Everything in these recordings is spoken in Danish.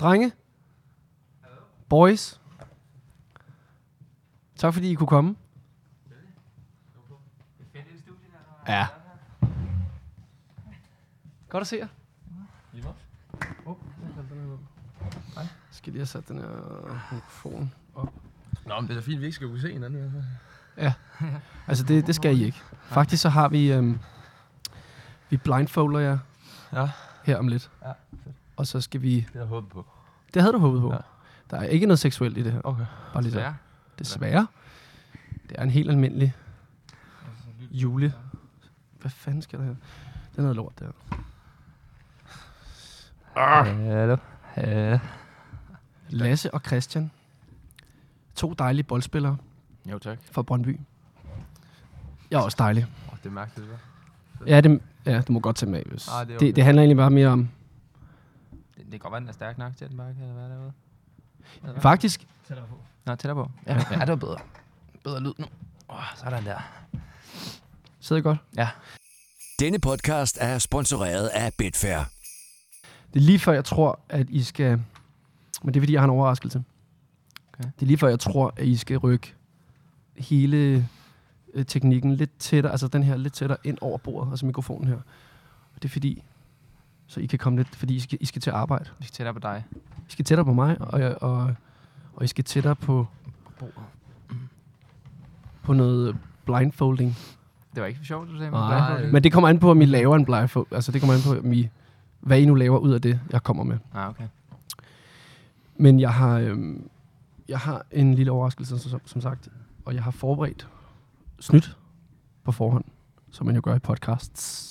Drenge. Boys. Tak fordi I kunne komme. Ja. Godt at se jer. Oh, Lige skal lige have sat den her mikrofon op. Nå, men det er da fint, vi ikke skal kunne se hinanden i hvert fald. Altså, det, det skal I ikke. Faktisk så har vi... Øhm, vi blindfolder jer Ja. her om lidt. Ja, Og så skal vi... Det har jeg håbet på. Det havde du håbet på. Ja. Der er ikke noget seksuelt i det her. Okay. Bare lige så. Desværre. Det er en helt almindelig jule. Hvad fanden skal der her? Det er noget lort, der. Hallo. Hallo. Lasse og Christian. To dejlige boldspillere Jo, tak. fra Brøndby. Jeg er også dejlig. Oh, det er mærkeligt, hva'? Ja, det, ja, du må godt tage med, hvis. Ah, det er det, okay. det, handler egentlig bare mere om... Det, det kan godt være, den er stærk nok til, at den bare kan være derude. Faktisk, Nå, tættere på. Ja, ja det var bedre. Bedre lyd nu. Åh, sådan der. sidder I godt. Denne podcast er sponsoreret af Betfair. Det er lige før, jeg tror, at I skal... Men det er, fordi jeg har en overraskelse. Okay. Okay. Det er lige før, jeg tror, at I skal rykke hele øh, teknikken lidt tættere, altså den her lidt tættere ind over bordet, altså mikrofonen her. Og det er fordi, så I kan komme lidt, fordi I skal, I skal til at arbejde. Vi skal tættere på dig. I skal tættere på mig, og, jeg- og, og I skal tættere på, på noget blindfolding. Det var ikke for sjovt, du sagde. med Nej, blindfolding. men det kommer an på, om I laver en blindfold. Altså, det kommer an på, om I, hvad I nu laver ud af det, jeg kommer med. Ah, okay. Men jeg har, øhm, jeg har en lille overraskelse, som, som sagt. Og jeg har forberedt snydt på forhånd, som man jo gør i podcasts.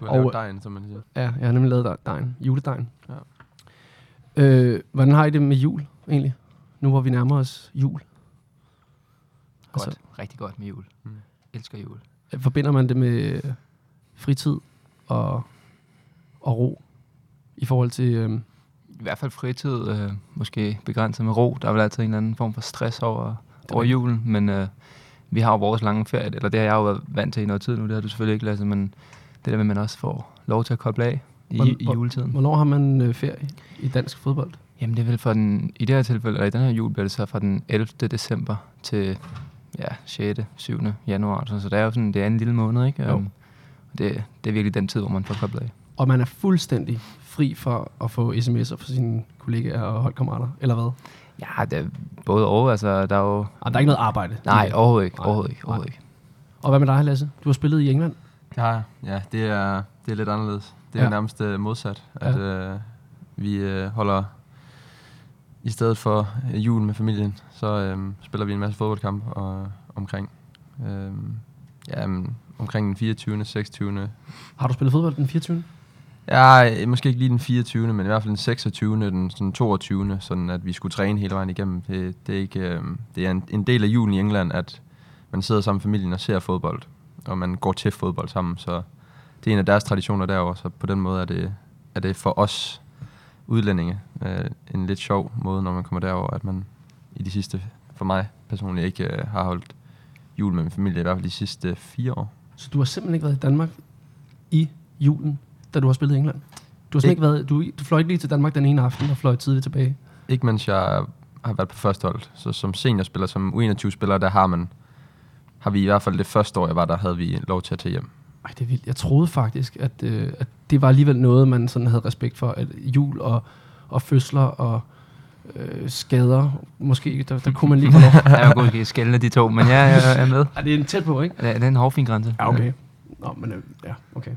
Du Og- har lavet dejen, som man siger. Ja, jeg har nemlig lavet dej- dejen, juledejen. Ja. Øh, hvordan har I det med jul, egentlig? Nu hvor vi nærmer os jul. Godt. Altså- Altså. Rigtig godt med jul. Mm. Mm. Elsker jul. Forbinder man det med øh, fritid og, og ro i forhold til... Øh, I hvert fald fritid, øh, måske begrænset med ro. Der er vel altid en eller anden form for stress over, over rigtigt. julen, men øh, vi har jo vores lange ferie, eller det har jeg jo været vant til i noget tid nu, det har du selvfølgelig ikke, Lasse, men det der med, at man også får lov til at koble af i, Hvor- i hvor- juletiden. hvornår har man øh, ferie i dansk fodbold? Jamen det er vel fra den, i det her tilfælde, eller i den her jul, bliver det så fra den 11. december til ja, 6. 7. januar, så, så det er jo sådan, det er en lille måned, ikke? Jo. Um, det, det er virkelig den tid, hvor man får koblet af. Og man er fuldstændig fri for at få sms'er fra sine kollegaer og holdkammerater, eller hvad? Ja, det er både og, altså der er jo Ah, der er ikke noget arbejde. Nej, overhovedet ikke. Nej, Overhovedet ikke. nej. Overhovedet ikke. Og hvad med dig, Lasse? Du har spillet i England. Det har jeg. Ja, det er, det er lidt anderledes. Det er Ja. ja. nærmest øh, modsat, at øh, vi øh, holder... I stedet for øh, jul med familien, så øh, spiller vi en masse fodboldkamp og, omkring... Øh, ja, men omkring den 24. 26. Har du spillet fodbold den 24. Ja, øh, måske ikke lige den 24., men i hvert fald den 26., den sådan 22., sådan at vi skulle træne hele vejen igennem. Det, det er, ikke, øh, det er en, en del af julen i England, at man sidder sammen med familien og ser fodbold, og man går til fodbold sammen, så det er en af deres traditioner derovre, så på den måde er det, er det for os udlændinge øh, en lidt sjov måde, når man kommer derover, at man i de sidste, for mig personligt, ikke øh, har holdt jul med min familie, i hvert fald de sidste fire år. Så du har simpelthen ikke været i Danmark i julen, da du har spillet i England? Du har Ik- simpelthen ikke været, du, du fløj ikke lige til Danmark den ene aften og fløj tidligt tilbage. Ikke mens jeg har været på første hold. Så som seniorspiller, som U21-spiller, der har man har vi i hvert fald det første år, jeg var der, havde vi lov til at tage hjem. Ej, det er vildt. Jeg troede faktisk, at, øh, at det var alligevel noget, man sådan havde respekt for, at jul og, og fødsler og øh, skader, måske, der, der kunne man lige få lov. Jeg er jo god til at skælne de to, men ja, jeg er med. Ej, det er en tæt på, ikke? Det er- det er en hårfin grænse. Ja, okay. Nå, men øh, ja, okay.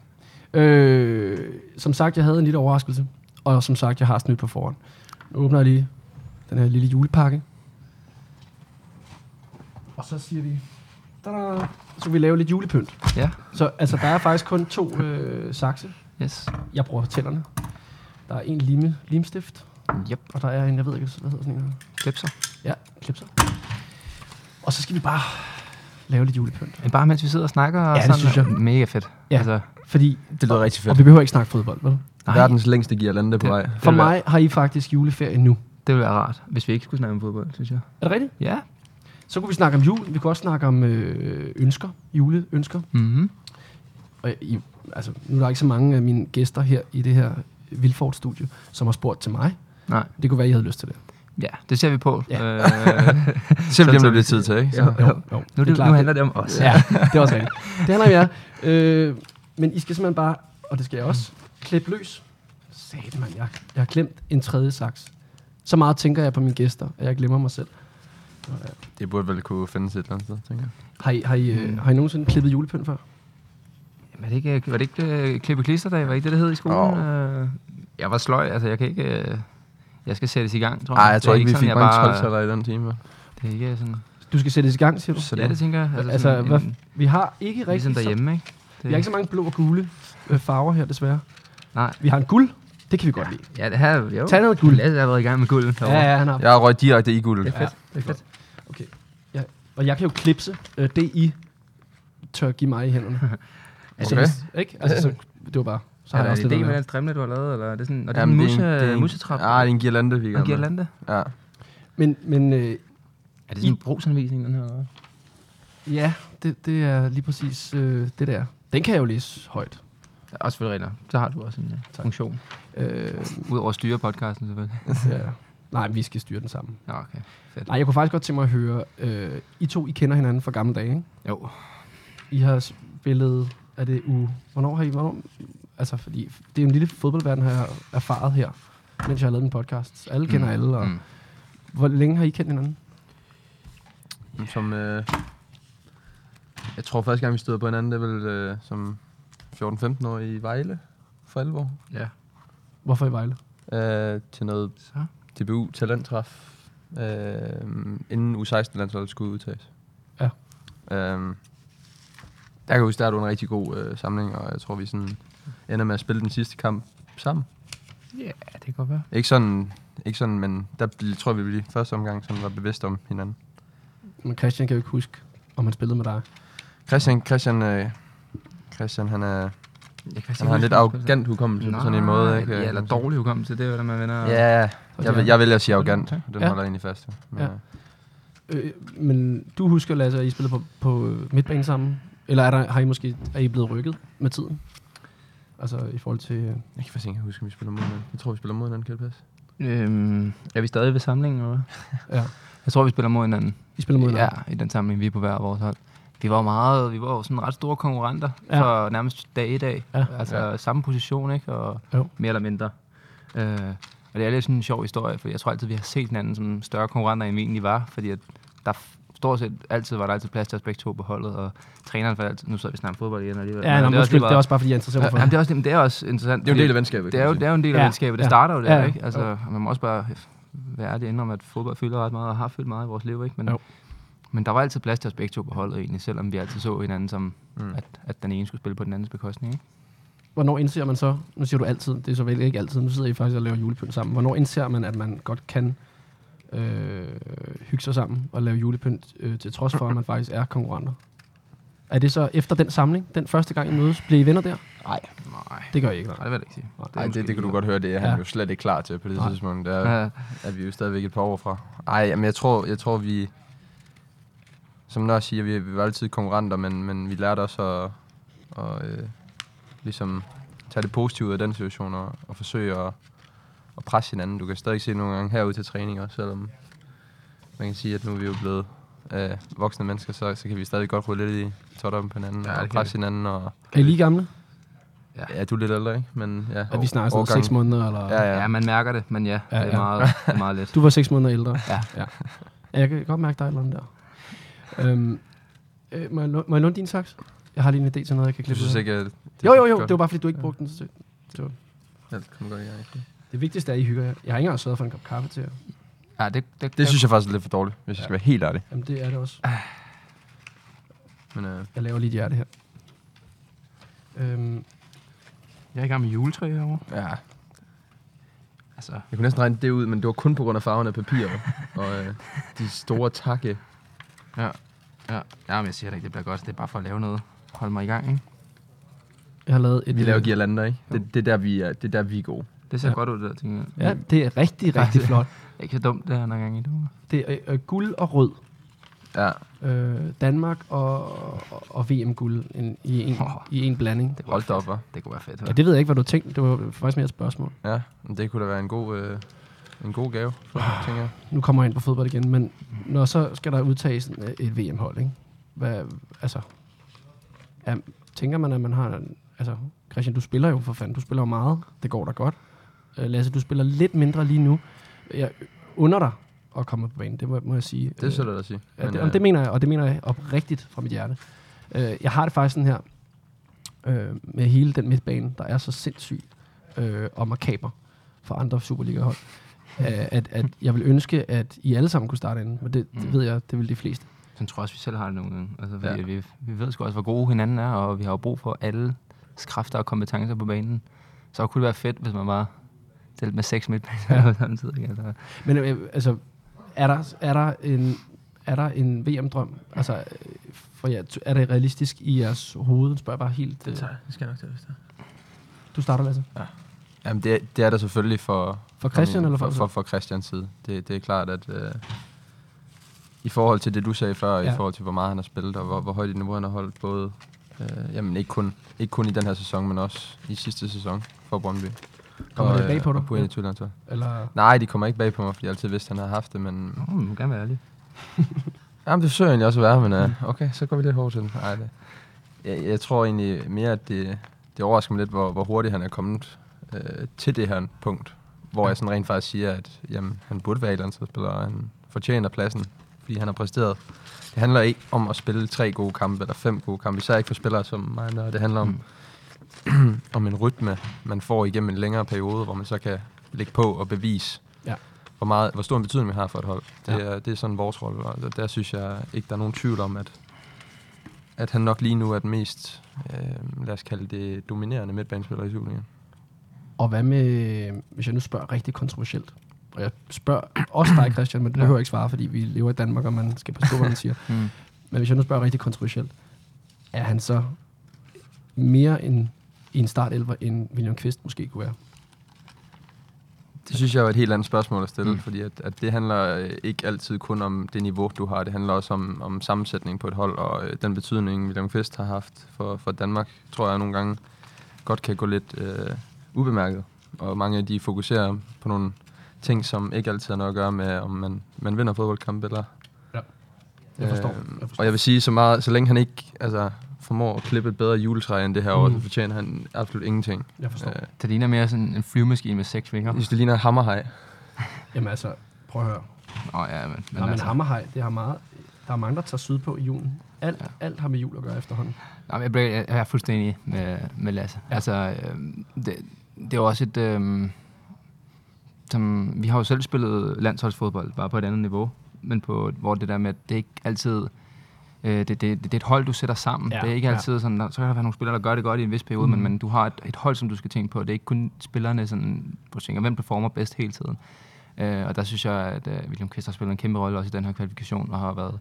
Øh, som sagt, jeg havde en lille overraskelse. Og som sagt, jeg har snydt på forhånd. Nu åbner jeg lige den her lille julepakke. Og så siger vi... Tada! Så vil vi lave lidt julepynt. Ja, Så altså, der er faktisk kun to øh, sakse. yes. Jeg bruger tænderne. Der er en lime, limstift, Yep, og der er en, jeg ved ikke, hvad hedder sådan en her. klipser. Ja, klipser. Og så skal vi bare lave lidt julepynt. Men bare mens vi sidder og snakker, og Ja, det sådan, synes jeg. er mega fedt. Altså, Ja. Fordi, Det lyder rigtig og vi behøver ikke snakke fodbold, vel? nej, Verdens længste girlande på Det- vej. For mig har I faktisk juleferie nu. det ville være rart, hvis vi ikke skulle snakke om fodbold, synes jeg. Er det rigtigt? Ja. Så kunne vi snakke om jul. Vi kunne også snakke om øh, ønsker. Juleønsker. Mm-hmm. Og I, altså, nu er der ikke så mange af mine gæster her i det her Vilfort Studio, som har spurgt til mig. Nej. Det kunne være, I havde lyst til det. Ja, det ser vi på. Ja. Øh, Selvom det så- bliver tid til, ikke? Ja. Jo, jo. jo. nu, det, nu handler det om os. Ja, det er også rigtigt. Det handler om jer. Øh, men I skal simpelthen bare, og det skal jeg også, klippe løs. Satan, man, jeg, jeg har glemt en tredje saks. Så meget tænker jeg på mine gæster, at jeg glemmer mig selv. Det burde vel kunne findes et eller andet sted, tænker jeg. Har I, har I, øh, har I nogensinde klippet julepynt før? Jamen, er det ikke, var det ikke øh, klippe klisterdag? Var det ikke det, der hed i skolen? Oh. Jeg var sløj, altså jeg kan ikke... Øh, jeg skal sættes i gang, tror jeg. Nej, jeg tror Det er ikke, vi sådan, fik jeg mange bare- 12 i den time. Det er ikke sådan... Du skal sættes i gang, siger du? Så ja, det tænker jeg. Altså, Altså, sådan hvad- en, Vi har ikke rigtig... ligesom så- derhjemme, ikke? Det, Vi har ikke så mange blå og gule øh, farver her, desværre. Nej. Vi har en guld. Det kan vi godt lide. Ja, det her, jo. Tag noget guld. Jeg har været i gang med guld. Ja, ja, han har. Jeg har røget direkte i guld. Det er fedt. Det er fedt. Okay. Ja. Og jeg kan jo klipse øh, det, I tør give mig i hænderne. Altså, Okay. hvis- ikke? Altså, så, det var bare... Så er har der jeg også en lidt idé at med lave. den strimle, du har lavet? Eller er det sådan, og det er Jamen, en det er en- det er musse, en- musetrap? Ah, det er en girlande, vi er i og gang med. girlande. Ja. Men, men øh, Er det sådan en brugsanvisning, den her? eller hvad? ja, det, det er lige præcis øh, det der. Den kan jeg jo læse højt. Ja, også selvfølgelig rigtigt. Så har du også en ja, funktion. Øh, Udover at styre podcasten, selvfølgelig. ja. Nej, vi skal styre den sammen. Ja, okay. Fedt. Nej, jeg kunne faktisk godt tænke mig at høre... Øh, I to, I kender hinanden fra gamle dage, ikke? Jo. I har spillet, er det u... Hvornår har I... Hvornår, altså, fordi det er jo en lille fodboldverden, har jeg erfaret her, mens jeg har lavet en podcast. Så Alle kender mm. alle, og mm. Mm. hvor længe har I kendt hinanden? Som, øh, jeg tror første gang, vi stod på hinanden, det er vel øh, som 14-15 år i Vejle for alvor. Ja. Hvorfor i Vejle? Øh, til noget Så. DBU talenttræf, øh, inden U16-landsholdet skulle udtages. Ja. Øh, der kan jeg huske, der er du en rigtig god øh, samling, og jeg tror, vi sådan ender med at spille den sidste kamp sammen. Ja, det kan godt være. Ikke sådan, ikke sådan men der bl- tror jeg, vi lige første omgang sådan var bevidste om hinanden. Men Christian kan jo ikke huske, om han spillede med dig. Christian, Christian, øh, Christian han er, Jeg kan han har en lidt arrogant hukommelse på Nej, sådan en måde. Ikke? Altså, Ja, eller dårlig hukommelse, det er jo, når man vender... Ja, jeg, vil- jeg vælger at sige arrogant. Tak. Den Ja. holder jeg egentlig fast. ved. Men, Ja. øh, Øh, men du husker, Lasse, at I spillede på, på øh, midtbanen sammen? Eller er, der, har I måske, er I blevet rykket med tiden? Altså i forhold til... Øh, Jeg kan faktisk ikke huske, om vi spiller mod hinanden. Jeg tror, vi spiller mod hinanden, kan det passe? Øhm, er vi stadig ved samlingen, eller hvad? ja. Jeg tror, vi spiller mod hinanden. I spiller mod hinanden? Ja, i den samling, vi er på hver vores hold. Vi var jo meget, vi var jo sådan ret store konkurrenter Ja. ja. for nærmest dag i dag. Ja. Ja. Altså ja. samme position, ikke? Og Jo. jo. mere eller mindre. Øh, og det er lidt sådan en sjov historie, for jeg tror altid, vi har set hinanden som større konkurrenter, end vi egentlig var, fordi at der f- stort set altid var der altid plads til os begge to på holdet, og træneren for altid, nu sidder vi snart fodbold igen alligevel. Ja, nå, det det, er undskyld, lige det er meget- også bare, fordi jeg interesserer mig for Jamen, det. det er også, jamen, det er også interessant. Det er jo en fordi- del af venskabet. det er jo, det er jo en del af Ja, ja. venskabet. Det ja, starter jo der, ja, ja. ikke? Altså, jo. og man må også bare være ærlig og indrømme, at fodbold fylder ret meget, og har fyldt meget i vores liv, ikke? Men, Jo. men der var altid plads til os begge to på holdet, egentlig, selvom vi altid så hinanden som, mm. at, at den ene skulle spille på den andens bekostning, ikke? Hvornår indser man så, nu siger du altid, det er så vel ikke altid, nu sidder I faktisk og laver julepynt sammen. Hvornår indser man, at man godt kan øh, hygge sig sammen og lave julepynt, øh, til trods for, at man faktisk er konkurrenter? Er det så efter den samling, den første gang I mødes, bliver I venner der? Nej. Nej. Det gør I ikke, nej. Nej, det vil jeg ikke sige. Det er Ej, måske det, det kan du lige- godt høre, det er han Ja. ja. jo slet ikke klar til på det Nej. tidspunkt. Der Ja, er vi jo stadigvæk et par år fra. Ej, men jeg tror, jeg tror vi... Som Nør siger, vi, vi var altid konkurrenter, men, men vi lærte også at, at øh, ligesom tage det positive ud af den situation og, og forsøge at, at presse hinanden. Du kan stadig se nogle gange herude til træning også, selvom man kan sige, at nu er vi jo blevet øh, voksne mennesker, så, så kan vi stadig godt rulle lidt i totter på hinanden Ja, ja, og det kan presse hinanden. Og, Er I lige gamle? ja, du er lidt ældre, ikke? Men, ja, Er vi snakker sådan årgangen- 6 måneder? Eller? Ja, ja. ja, man mærker det, men ja, Ja, ja det ja. er meget, det er meget let. Du var 6 måneder ældre. Ja. ja. Ja, Jeg kan godt mærke dig et eller andet der. Øhm, øh, må, jeg, lå- må jeg låne din saks? Jeg har lige en idé til noget, jeg kan Du klippe synes ud af. ikke, at det Jo, jo, jo. Det var bare, fordi du ikke brugte den. Så Alt kommer godt i gang. ikke? det vigtigste er, at I hygger jer. Jeg har ikke engang sørget for en kop kaffe til jer. Ja, det, det, Det synes jeg faktisk er lidt for dårligt, hvis jeg skal være helt ærlig. Jamen, det er det også. Men øh, Jeg laver lige et hjerte her. Øhm, jeg er i gang med juletræ herovre. ja, Altså, jeg kunne næsten regne det ud, men det var kun på grund af farven af papiret og øh, de store takke. ja. Ja, ja men jeg siger det ikke, det bliver godt. Det er bare for at lave noget. Hold mig i gang, ikke? jeg har lavet et... Vi laver øh, girlander, ikke? Det, det, er der, vi er, det er der, vi er gode. Det ser Ja. ja. godt ud, det der ting. Ja, det er rigtig, rigtig Faktisk. flot. Ikke så dumt, det er nogle gange i det. Det er øh, guld og rød. Ja, øh, Danmark og, og, og VM-guld en, i, en, Åh. i en blanding. Det kunne Hold da være op, hva'? fedt. Det kunne være fedt. Ja, hva'? det ved jeg ikke, hvad du tænkte. Det var faktisk mere et spørgsmål. Ja, men det kunne da være en god, øh, en god gave, tænker jeg. Nu kommer jeg ind på fodbold igen, men når så skal der udtages en- øh, et VM-hold, ikke? Hvad, altså, ja, tænker man, at man har... en- Altså, Christian, du spiller jo for fanden. Du spiller jo meget. Det går da godt. Øh, Lasse, du spiller lidt mindre lige nu. Jeg under dig at komme på banen, det må, må jeg sige. Det så du da sige. Ja, det, øh, jamen, det mener jeg, og det mener jeg oprigtigt fra mit hjerte. Øh, jeg har det faktisk sådan her, øh, med hele den midtbane, der er så sindssyg øh, og makaber for andre Superliga-hold, Mm. øh, at, at jeg vil ønske, at I alle sammen kunne starte inden, men det, det Mm. ved jeg, det vil de fleste. Sådan tror jeg også, vi selv har det nogle gange. Altså, fordi Ja. ja. vi, vi ved sgu også, hvor gode hinanden er, og vi har jo brug for alle kræfter og kompetencer på banen. Så kunne det være fedt, hvis man bare stillede med seks midtbaner ja. samtidig. Altså. Men øh, altså, er der, er der en... Er der en VM-drøm? Altså, øh, for jer, er det realistisk i jeres hoved? Spørger jeg bare helt. øh, Det skal jeg nok til, hvis det er. Du starter, Lasse. Jamen, det, er- det er der selvfølgelig for... For Christian min- eller for- for, for, for Christians side. Det, det er klart, at... Øh, i forhold til det, du sagde før, ja. Ja. i forhold til, hvor meget han har spillet, og hvor, hvor højt niveau han har holdt, både, øh, jamen ikke kun, ikke kun i den her sæson, men også i sidste sæson for Brøndby. Kommer og, det bag på øh, dig? Og på ja. Eller? Nej, de kommer ikke bag på mig, fordi jeg altid vidste, at han havde haft det, men Nå, man må gerne være ærlig. Jamen, det forsøger jeg egentlig også at være, men øh, okay, så går vi lidt hårdt til den. Ej, det. Jeg, jeg tror egentlig mere, at det, det overrasker mig lidt, hvor, hvor hurtigt han er kommet øh, til det her punkt, hvor jeg sådan rent faktisk siger, at jamen, han burde være i landsholdsspiller, og han fortjener pladsen, fordi han har præsteret. Det handler ikke om at spille tre gode kampe eller fem gode kampe, især ikke for spillere som mig, når det handler om, om en rytme, man får igennem en længere periode, hvor man så kan lægge på og bevise, Ja. hvor, meget, hvor stor en betydning vi har for et hold. Det, Ja. er, det er sådan vores rolle, og der- der synes jeg ikke, der er nogen tvivl om, at, at han nok lige nu er den mest, øh, lad os kalde det, dominerende midtbanespiller i Superligaen. Og hvad med, hvis jeg nu spørger rigtig kontroversielt, og jeg spørger også dig, Christian, men du behøver ikke svare, fordi vi lever i Danmark, og man skal passe på, hvad man siger. Mm. Men hvis jeg nu spørger rigtig kontroversielt, er han så mere en, i en startelver, end William Kvist måske kunne være? Det synes jeg er et helt andet spørgsmål at stille, Mm. mm. fordi at, at det handler øh, ikke altid kun om det niveau, du har. Det handler også om, om sammensætning på et hold, og øh, den betydning, William Kvist har haft for, for Danmark, tror jeg nogle gange godt kan gå lidt øh, ubemærket. Og mange af de fokuserer på nogle ting, som ikke altid har noget at gøre med, om man, man vinder fodboldkampe eller... øh, Jeg forstår. Øh, jeg forstår. og jeg vil sige, så, meget, så længe han ikke altså, formår at klippe et bedre juletræ end det her mm. år, så fortjener han absolut ingenting. Jeg forstår. Øh, Det ligner mere sådan en flyvemaskine med seks vinger. jeg synes, det ligner en hammerhaj. Jamen altså, prøv at høre. Åh oh, ja, men, Men, Nej, men Hammerhaj, det har meget, der er mange, der tager sydpå i julen. Alt, ja. alt har med jul at gøre efterhånden. Nej, men jeg, bliver, jeg jeg er fuldstændig med, med Lasse. Altså, øhm, det, det er jo også et... Øhm, som, vi har jo selv spillet landsholdsfodbold, bare på et andet niveau, men på, hvor det der med, at det ikke altid... Øh, det, det, det, det er et hold, du sætter sammen. Ja, Ja, det er ikke ja. altid sådan, der, så kan der være nogle spillere, der gør det godt i en vis periode, mm. men, men du har et, et hold, som du skal tænke på. Det er ikke kun spillerne, sådan, hvor du tænker, hvem performer bedst hele tiden. Øh, og der synes jeg, at øh, William Kvist har spillet en kæmpe rolle også i den her kvalifikation, og har været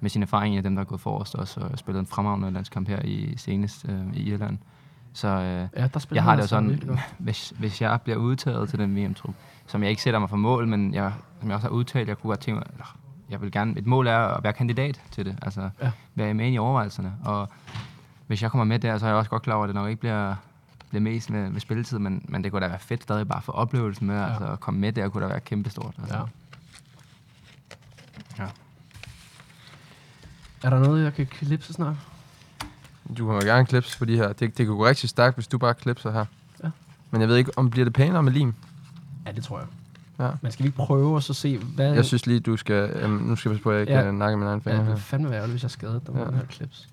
med sin erfaring en af dem, der er gået forrest, og så spillet en fremragende landskamp her i senest øh, i Irland. Så øh, Ja, der spiller jeg har han det jo altså virkelig sådan, godt. hvis, hvis jeg bliver udtaget til den VM-trup, som jeg ikke sætter mig for mål, men jeg, som jeg også har udtalt, jeg kunne godt tænke mig, eller, jeg vil gerne, et mål er at være kandidat til det, altså Ja. ja. være med ind i overvejelserne, og hvis jeg kommer med der, så er jeg også godt klar over, at det nok ikke bliver, bliver mest med, med spilletid, men, men det kunne da være fedt stadig bare for oplevelsen med, ja. altså at komme med der kunne da være kæmpestort. Altså. Ja. Ja. Er der noget, jeg kan klippe så snart? Du kan jo gerne klips på de her. Det, det kunne gå rigtig stærkt, hvis du bare klipser her. Ja. Ja. Men jeg ved ikke, om bliver det pænere med lim? Ja, det tror jeg. Ja. Men skal vi ikke prøve og så se, hvad... Jeg synes lige, du skal... Øhm, nu skal jeg passe på, at jeg ikke Ja. ja. nakker min egen Ja, finger det her. ville fandme være ærgerligt, hvis jeg skadede dig med Ja. den her clips.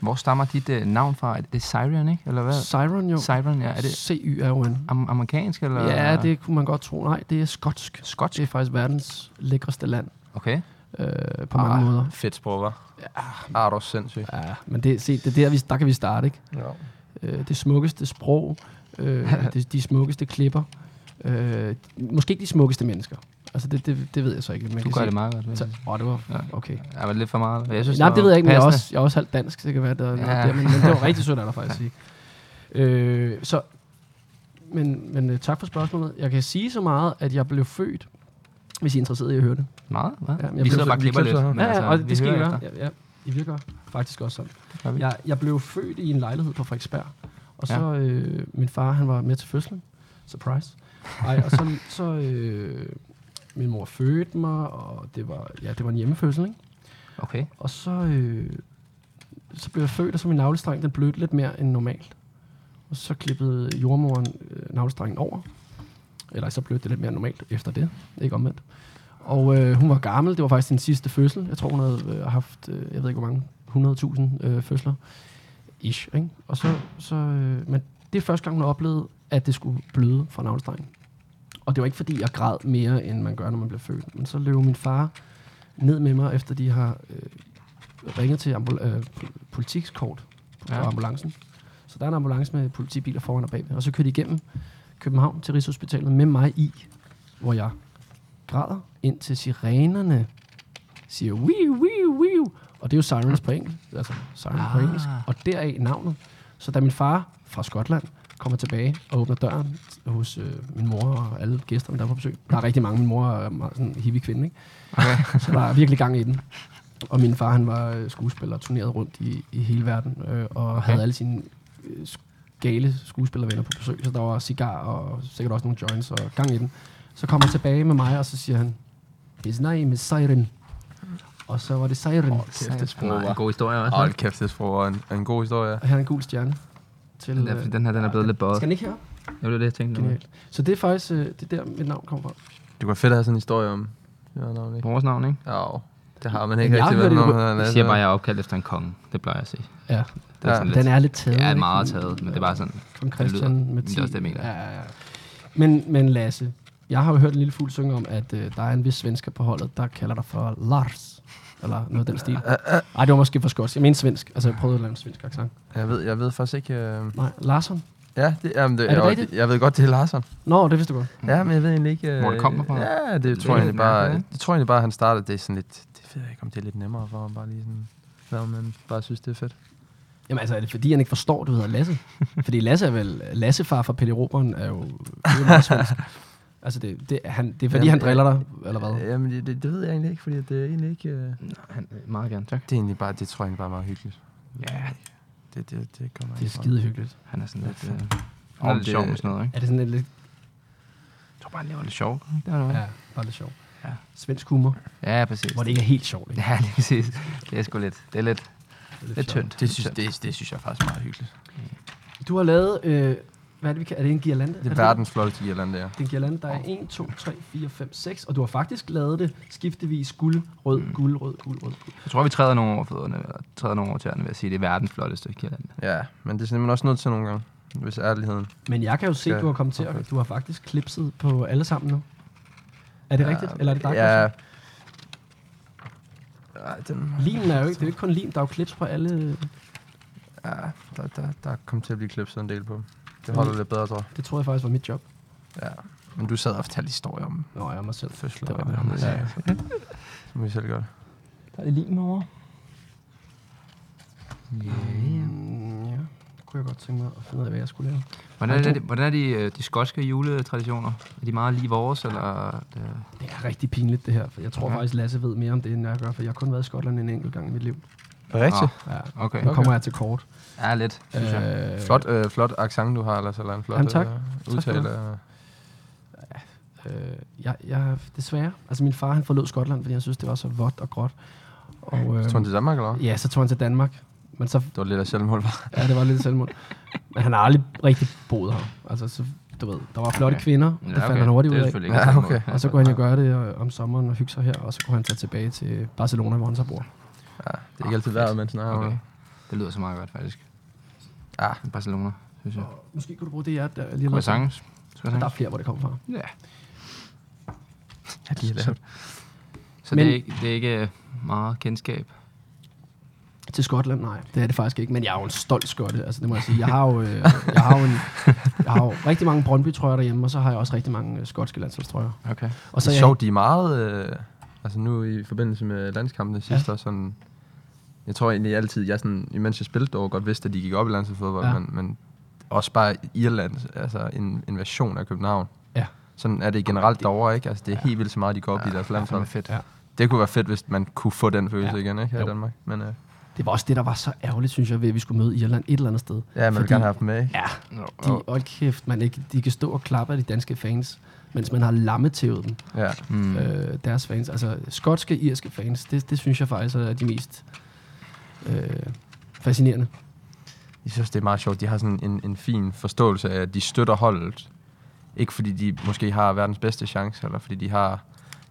Hvor stammer dit øh, navn fra? Er det, det er Siren, ikke? Eller hvad? Siren jo. Siren, ja. Er det C-Y-R-O-N. am- amerikansk, eller? Ja, det kunne man godt tro. Nej, det er skotsk. Skotsk? Det er faktisk verdens lækreste land Okay. øh, Ah. på mange måder. ah, Fedt sprog, hva'? Ja. Ah, du er sindssygt. Ja, men det, se, det er der, vi, der kan vi starte, ikke? Ja. Øh, det smukkeste sprog, øh, det, de smukkeste klipper, øh, måske ikke de smukkeste mennesker. Altså, det, det, det ved jeg så ikke. Men jeg Du kan gør sige- det meget godt. vil jeg Så, sige. åh, det var... Ja. Okay. Ja, var det lidt for meget? Jeg synes, Nej, det, det ved jeg ikke, men jeg er, passende. også, jeg er også halvt dansk, så det kan være, der er noget Ja. der, men, men det var rigtig sødt af dig faktisk at sige. Øh, så, men, men øh, tak for spørgsmålet. Jeg kan sige så meget, at jeg blev født hvis I er interesseret i at høre det. Meget, hvad? Ja, men Ja, jeg vi blev sidder så- bare og vi klipper lidt. altså, klipper så her. Ja, ja, og det skal I hører gøre. efter. Ja, ja, I virker faktisk også sådan. Det gør vi. Jeg, jeg blev født i en lejlighed på Frederiksberg, og så Ja. ja. øh, min far han var med til fødslen. Surprise. Ej, og så, så øh, min mor fødte mig, og det var, ja, det var en hjemmefødsel, ikke? Okay. Og så, øh, så blev jeg født, og så min navlestreng, den blødte lidt mere end normalt. Og så klippede jordmoren øh, navlestrengen over. Eller så blødte det lidt mere end normalt efter det. Ikke omvendt. Og øh, hun var gammel. Det var faktisk den sidste fødsel. Jeg tror, hun havde øh, haft, øh, jeg ved ikke hvor mange, 100.000 øh, fødsler. Ish, ikke? Og så, så øh, men det er første gang, hun oplevede, at det skulle bløde fra navlestrengen. Og det var ikke, fordi jeg græd mere, end man gør, når man bliver født. Men så løb min far ned med mig, efter de har øh, ringet til ambul- øh, pol- politikskort på Ja. ja. ambulancen. Så der er en ambulance med politibiler foran og bagved. Og så kører de igennem København til Rigshospitalet med mig i, hvor jeg græder, indtil sirenerne siger wiu, wiu, wiu. Og det er jo sirens på engelsk. Altså sirens ah. på Ah. engelsk. Og deraf navnet. Så da min far fra Skotland kommer tilbage og åbner døren hos øh, min mor og alle gæsterne, der er på besøg. Der er rigtig mange. Min mor er meget sådan en hippie kvinde, ikke? så der er virkelig gang i den. Og min far, han var øh, skuespiller og turnerede rundt i, i hele verden, øh, og okay. havde alle sine øh, gale skuespillervenner på besøg, så der var cigar og sikkert også nogle joints og gang i den. Så kommer han tilbage med mig, og så siger han, his name is Siren. Og så var det Siren. Oh, Sejt. sprog, Nej, hva'? en god historie også. Hold kæft, det sprog er en, er en god historie. Og her er en gul stjerne. Til, øh, Den, der, fordi den her den er blevet lidt bøjet. Skal den ikke herop? Det var det, jeg tænkte. Genialt. Så det er faktisk, øh, det er der mit navn kommer fra. Det kunne være fedt at have sådan en historie om. Det var navn, ikke? Vores navn, ikke? Ja, det har man Men ikke jeg rigtig hørte været jo- nogen, der har Jeg lavet siger bare, at noget. altså. jeg er opkaldt efter en konge. Det plejer jeg at sige. Ja, Det er Ja. sådan lidt, den er lidt taget. det er ikke? meget taget, men det er bare sådan. Kong Christian lyder- med det er 10. også det, jeg mener. Ja, ja, ja. Men, men Lasse, jeg har jo hørt en lille fugl synge om, at øh, der er en vis svensker på holdet, der kalder dig for Lars. Eller noget af den stil. Nej, det var måske for skotsk. Jeg mener svensk. Altså, jeg prøvede at lave en svensk accent. Jeg ved, jeg ved faktisk ikke... Øh... Nej, Larsson. Ja, det, jamen, det, Er det jeg, rigtigt? jeg ved godt, det er Larsen. Nå, det vidste du godt. Ja, men jeg ved egentlig ikke... Øh... Hvor det kommer fra. Ja, det, tror er jeg lidt egentlig bare... mærkeligt, Jeg tror egentlig bare, at han startede det er sådan lidt... Det ved jeg ikke, om det er lidt nemmere for ham bare lige sådan... Hvad man bare synes, det er fedt. Jamen altså, er det fordi, han ikke forstår, at du hedder Lasse? Fordi Lasse er vel... Lassefar fra Pelle Roberen er jo... Det er jo meget svensk. Altså, det, det, han, det er fordi, Jamen, han driller dig, eller hvad? Øh, Jamen, det, det, det ved jeg egentlig ikke, fordi det er egentlig ikke... Øh... Han, meget gerne, tak. Det er egentlig bare... Det tror jeg egentlig bare er meget hyggeligt. Ja, Det, det, det kommer Det er ikke fra. skide hyggeligt. han er sådan lidt... Øh, han Om er lidt det- sjov med sådan noget, ikke? Er det sådan lidt... lidt Jeg tror bare, han laver lidt sjov. ikke? Det er noget. ja, bare lidt sjovt. Ja. Svensk humor, Ja, præcis. hvor det ikke er helt sjovt. Ikke? Ja, lige præcis. Det er sgu lidt. Det er lidt, Det lidt tyndt. Det synes, det, det synes jeg faktisk er meget hyggeligt. Du har lavet, øh, hvad er det, vi kan, er det en girlande? Det er verdens flotteste girland, det er. Det, det er en girlande, der er 1, 2, 3, 4, 5, 6, og du har faktisk lavet det skiftevis guld, rød, Mm. guld, rød, guld, rød. guld. Jeg tror, vi træder nogle over fødderne, eller træder nogle over tæerne, ved at sige, det er verdens flotteste kirland. Ja, men det er man også nødt til nogle gange, hvis ærligheden. Men jeg kan jo se, Ja, at du har kommet til, perfekt. at du har faktisk klipset på alle sammen nu. Er det ja, rigtigt? Eller er det dig? Ja. Ja. Ja, den, Limen er jo ikke, det er jo ikke kun lim, der er jo klips på alle. ja, der, der, der kom til at blive klipset en del på. Det holder Mm. lidt bedre, tror jeg. Det tror jeg faktisk var mit job. Ja. Men du sad og fortalte historier om Nå, jeg er mig selv. fødsler. Det var og- det. ja, ja. Det må vi selv gøre det. Der er lim over. Yeah. Mm, ja, det kunne jeg godt tænke mig at finde ud af, hvad jeg skulle lave. Hvordan er, det, hvordan er de, øh, de skotske juletraditioner? Er de meget lige vores, eller... Øh, Det er rigtig pinligt, det her, for jeg tror Ja. ja. faktisk, Lasse ved mere om det, end jeg gør, for jeg har kun været i Skotland en enkelt gang i mit liv. Rigtigt. Ja. okay. Nu kommer jeg til kort. Ja, lidt, synes jeg. Øh, Flot, øh, flot accent, du har, Lars, eller en flot Jamen, tak. øh, skal udtale. du af- Øh, jeg, jeg, desværre. Altså min far, han forlod Skotland, fordi han synes, det var så vådt og gråt. Og, øh, Tog han til Danmark, eller hvad? ja, så tog han til Danmark. Men så, Det var lidt af selvmål, var. ja, det var lidt selvmord. Men han har aldrig rigtig boet her. Altså, så, du ved, der var flotte Okay. okay. kvinder, Ja, det fandt han hurtigt ud Det er af. selvfølgelig ikke Ja, sådan okay. noget. Og så kunne han jo gøre det øh, om sommeren og hygge sig her, og så kunne han tage tilbage til Barcelona, hvor han så bor. Ja, det er ikke altid værd, man snakker om Okay. det. Det lyder så meget godt, faktisk. Ja. Barcelona, synes jeg. Og måske kunne du bruge Ah. det hjerte der lige Kunne jeg sanges? Skulle jeg Der er sanges? flere, hvor det kommer fra. Ja. Ja, de er lavet. Så det, er Men- ikke, det er ikke øh, meget kendskab. Til Skotland, nej. Det er det faktisk ikke, men jeg er jo en stolt skotte, altså det må jeg sige. Jeg har jo, øh, jeg har jo, en, jeg har jo rigtig mange Brøndby-trøjer derhjemme, og så har jeg også rigtig mange øh, skotske landsholdstrøjer. Okay. Og så det er er jeg, sjovt, de er meget... Øh, altså nu i forbindelse med landskampene sidst, ja. og sådan... Jeg tror egentlig altid, jeg sådan, imens jeg spillede dog godt vidste, at de gik op i landsholdsfodbold, ja. Ja. men, men også bare Irland, altså en, en version af København. Ja. Sådan er det generelt derovre, ikke? Altså, det er helt vildt så meget, de går op ja, i deres det landshold. er fedt. Ja. Det kunne være fedt, hvis man kunne få den følelse Ja. igen, ikke? Her Jo. i Danmark. Men øh, Det var også det, der var så ærgerligt, synes jeg, ved at vi skulle møde Irland et eller andet sted. ja, man vil Fordi- gerne have dem med, ikke? Ja, Nå, de, hold kæft, man ikke, de kan stå og klappe af de danske fans, mens man har lammetævet dem, Ja. Mm. mm. øh, deres fans. Altså, skotske, irske fans, det, det synes jeg faktisk er de mest øh, fascinerende. Jeg synes, det er meget sjovt. De har sådan en, en fin forståelse af, at de støtter holdet. Ikke fordi de måske har verdens bedste chance, eller fordi de har,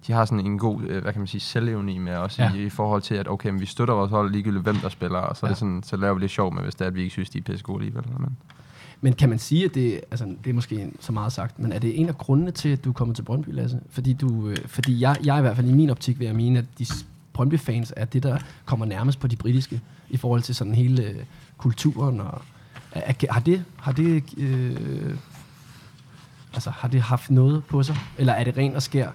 de har sådan en god, øh, hvad kan man sige, selvevne med også Ja. ja. i, i, forhold til, at okay, men vi støtter vores hold ligegyldigt, hvem der spiller, og så, ja. er det sådan, så laver vi lidt sjov med, hvis det er, at vi ikke synes, de er pisse gode alligevel. Men, Men kan man sige, at det, altså, det er måske en- så meget sagt, men er det en af grundene til, at du er kommet til Brøndby, Lasse? Fordi, du, øh, fordi jeg, jeg i hvert fald i min optik vil jeg mene, at de s- Brøndby-fans er det, der kommer nærmest på de britiske, i forhold til sådan hele øh, kulturen. Og, er, er, har det, har det, øh, altså, har det haft noget på sig? Eller er det ren og skær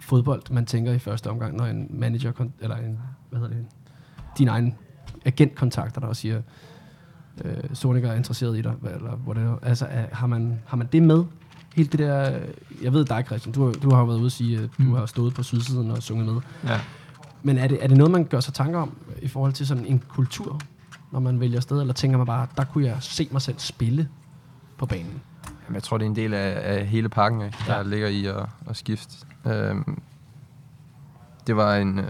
fodbold, man tænker i første omgang, når en manager, kon- eller en, hvad hedder det, din egen agent kontakter dig og siger, øh, Soniker er interesseret i dig, hva- eller whatever. Altså, er, har, man, har man det med? Helt det der, øh, jeg ved dig, Christian, du, har- du har jo været ude og sige, at du har stået på sydsiden og sunget med. Ja. Men er det, er det noget, man gør sig tanker om i forhold til sådan en kultur, når man vælger sted, eller tænker man bare, der kunne jeg se mig selv spille på banen? Jamen, jeg tror, det er en del af, af hele pakken, ikke, der Ja. ja. ligger i at, at skifte. Øhm, det var en, øh,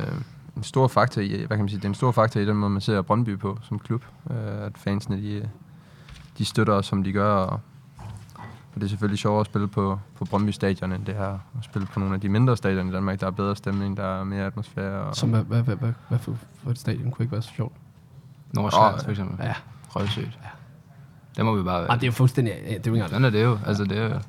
en stor faktor i, hvad kan man sige, det er en stor faktor i den måde, man ser Brøndby på som klub. Øh, at fansene, de, øh, de støtter os, som de gør, og, og det er selvfølgelig sjovere at spille på, på Brøndby stadion, end det er at spille på nogle af de mindre stadioner i Danmark. Der er bedre stemning, der er mere atmosfære. Og, Som hvad, hvad, hvad, hvad, hvad for, for et stadion kunne ikke være så sjovt? Nordsjælland, Åh, for eksempel. Ja. Røvsygt. Ja. Det må vi bare Ej, det er jo fuldstændig, ja, det er jo ikke engang Sådan er det jo. Altså, det er jo...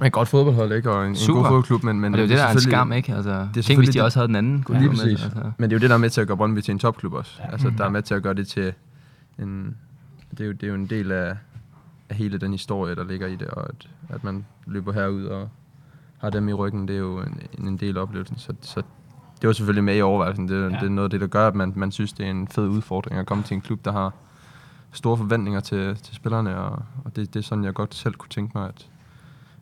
Men et godt fodboldhold, ikke? Og en, en Super. god fodboldklub, men, men Men det er jo det, der er en selvfølgelig- skam, ikke? Altså, det er tænk, selvfølgelig hvis de det- også havde den anden. Ja, de lige gå med, præcis. altså. Men det er jo det, der er med til at gøre Brøndby til en topklub også. Ja. Altså, der er med til at gøre det til en... Det er jo, det er jo en del af, af hele den historie, der ligger i det, og at, at man løber herud og har dem i ryggen, det er jo en, en- en del af oplevelsen. Så, så det var selvfølgelig med i overvejelsen. Det, ja. det er noget af det, der gør, at man, man synes, det er en fed udfordring at komme til en klub, der har store forventninger til, til spillerne, og, og det, det er sådan, jeg godt selv kunne tænke mig at,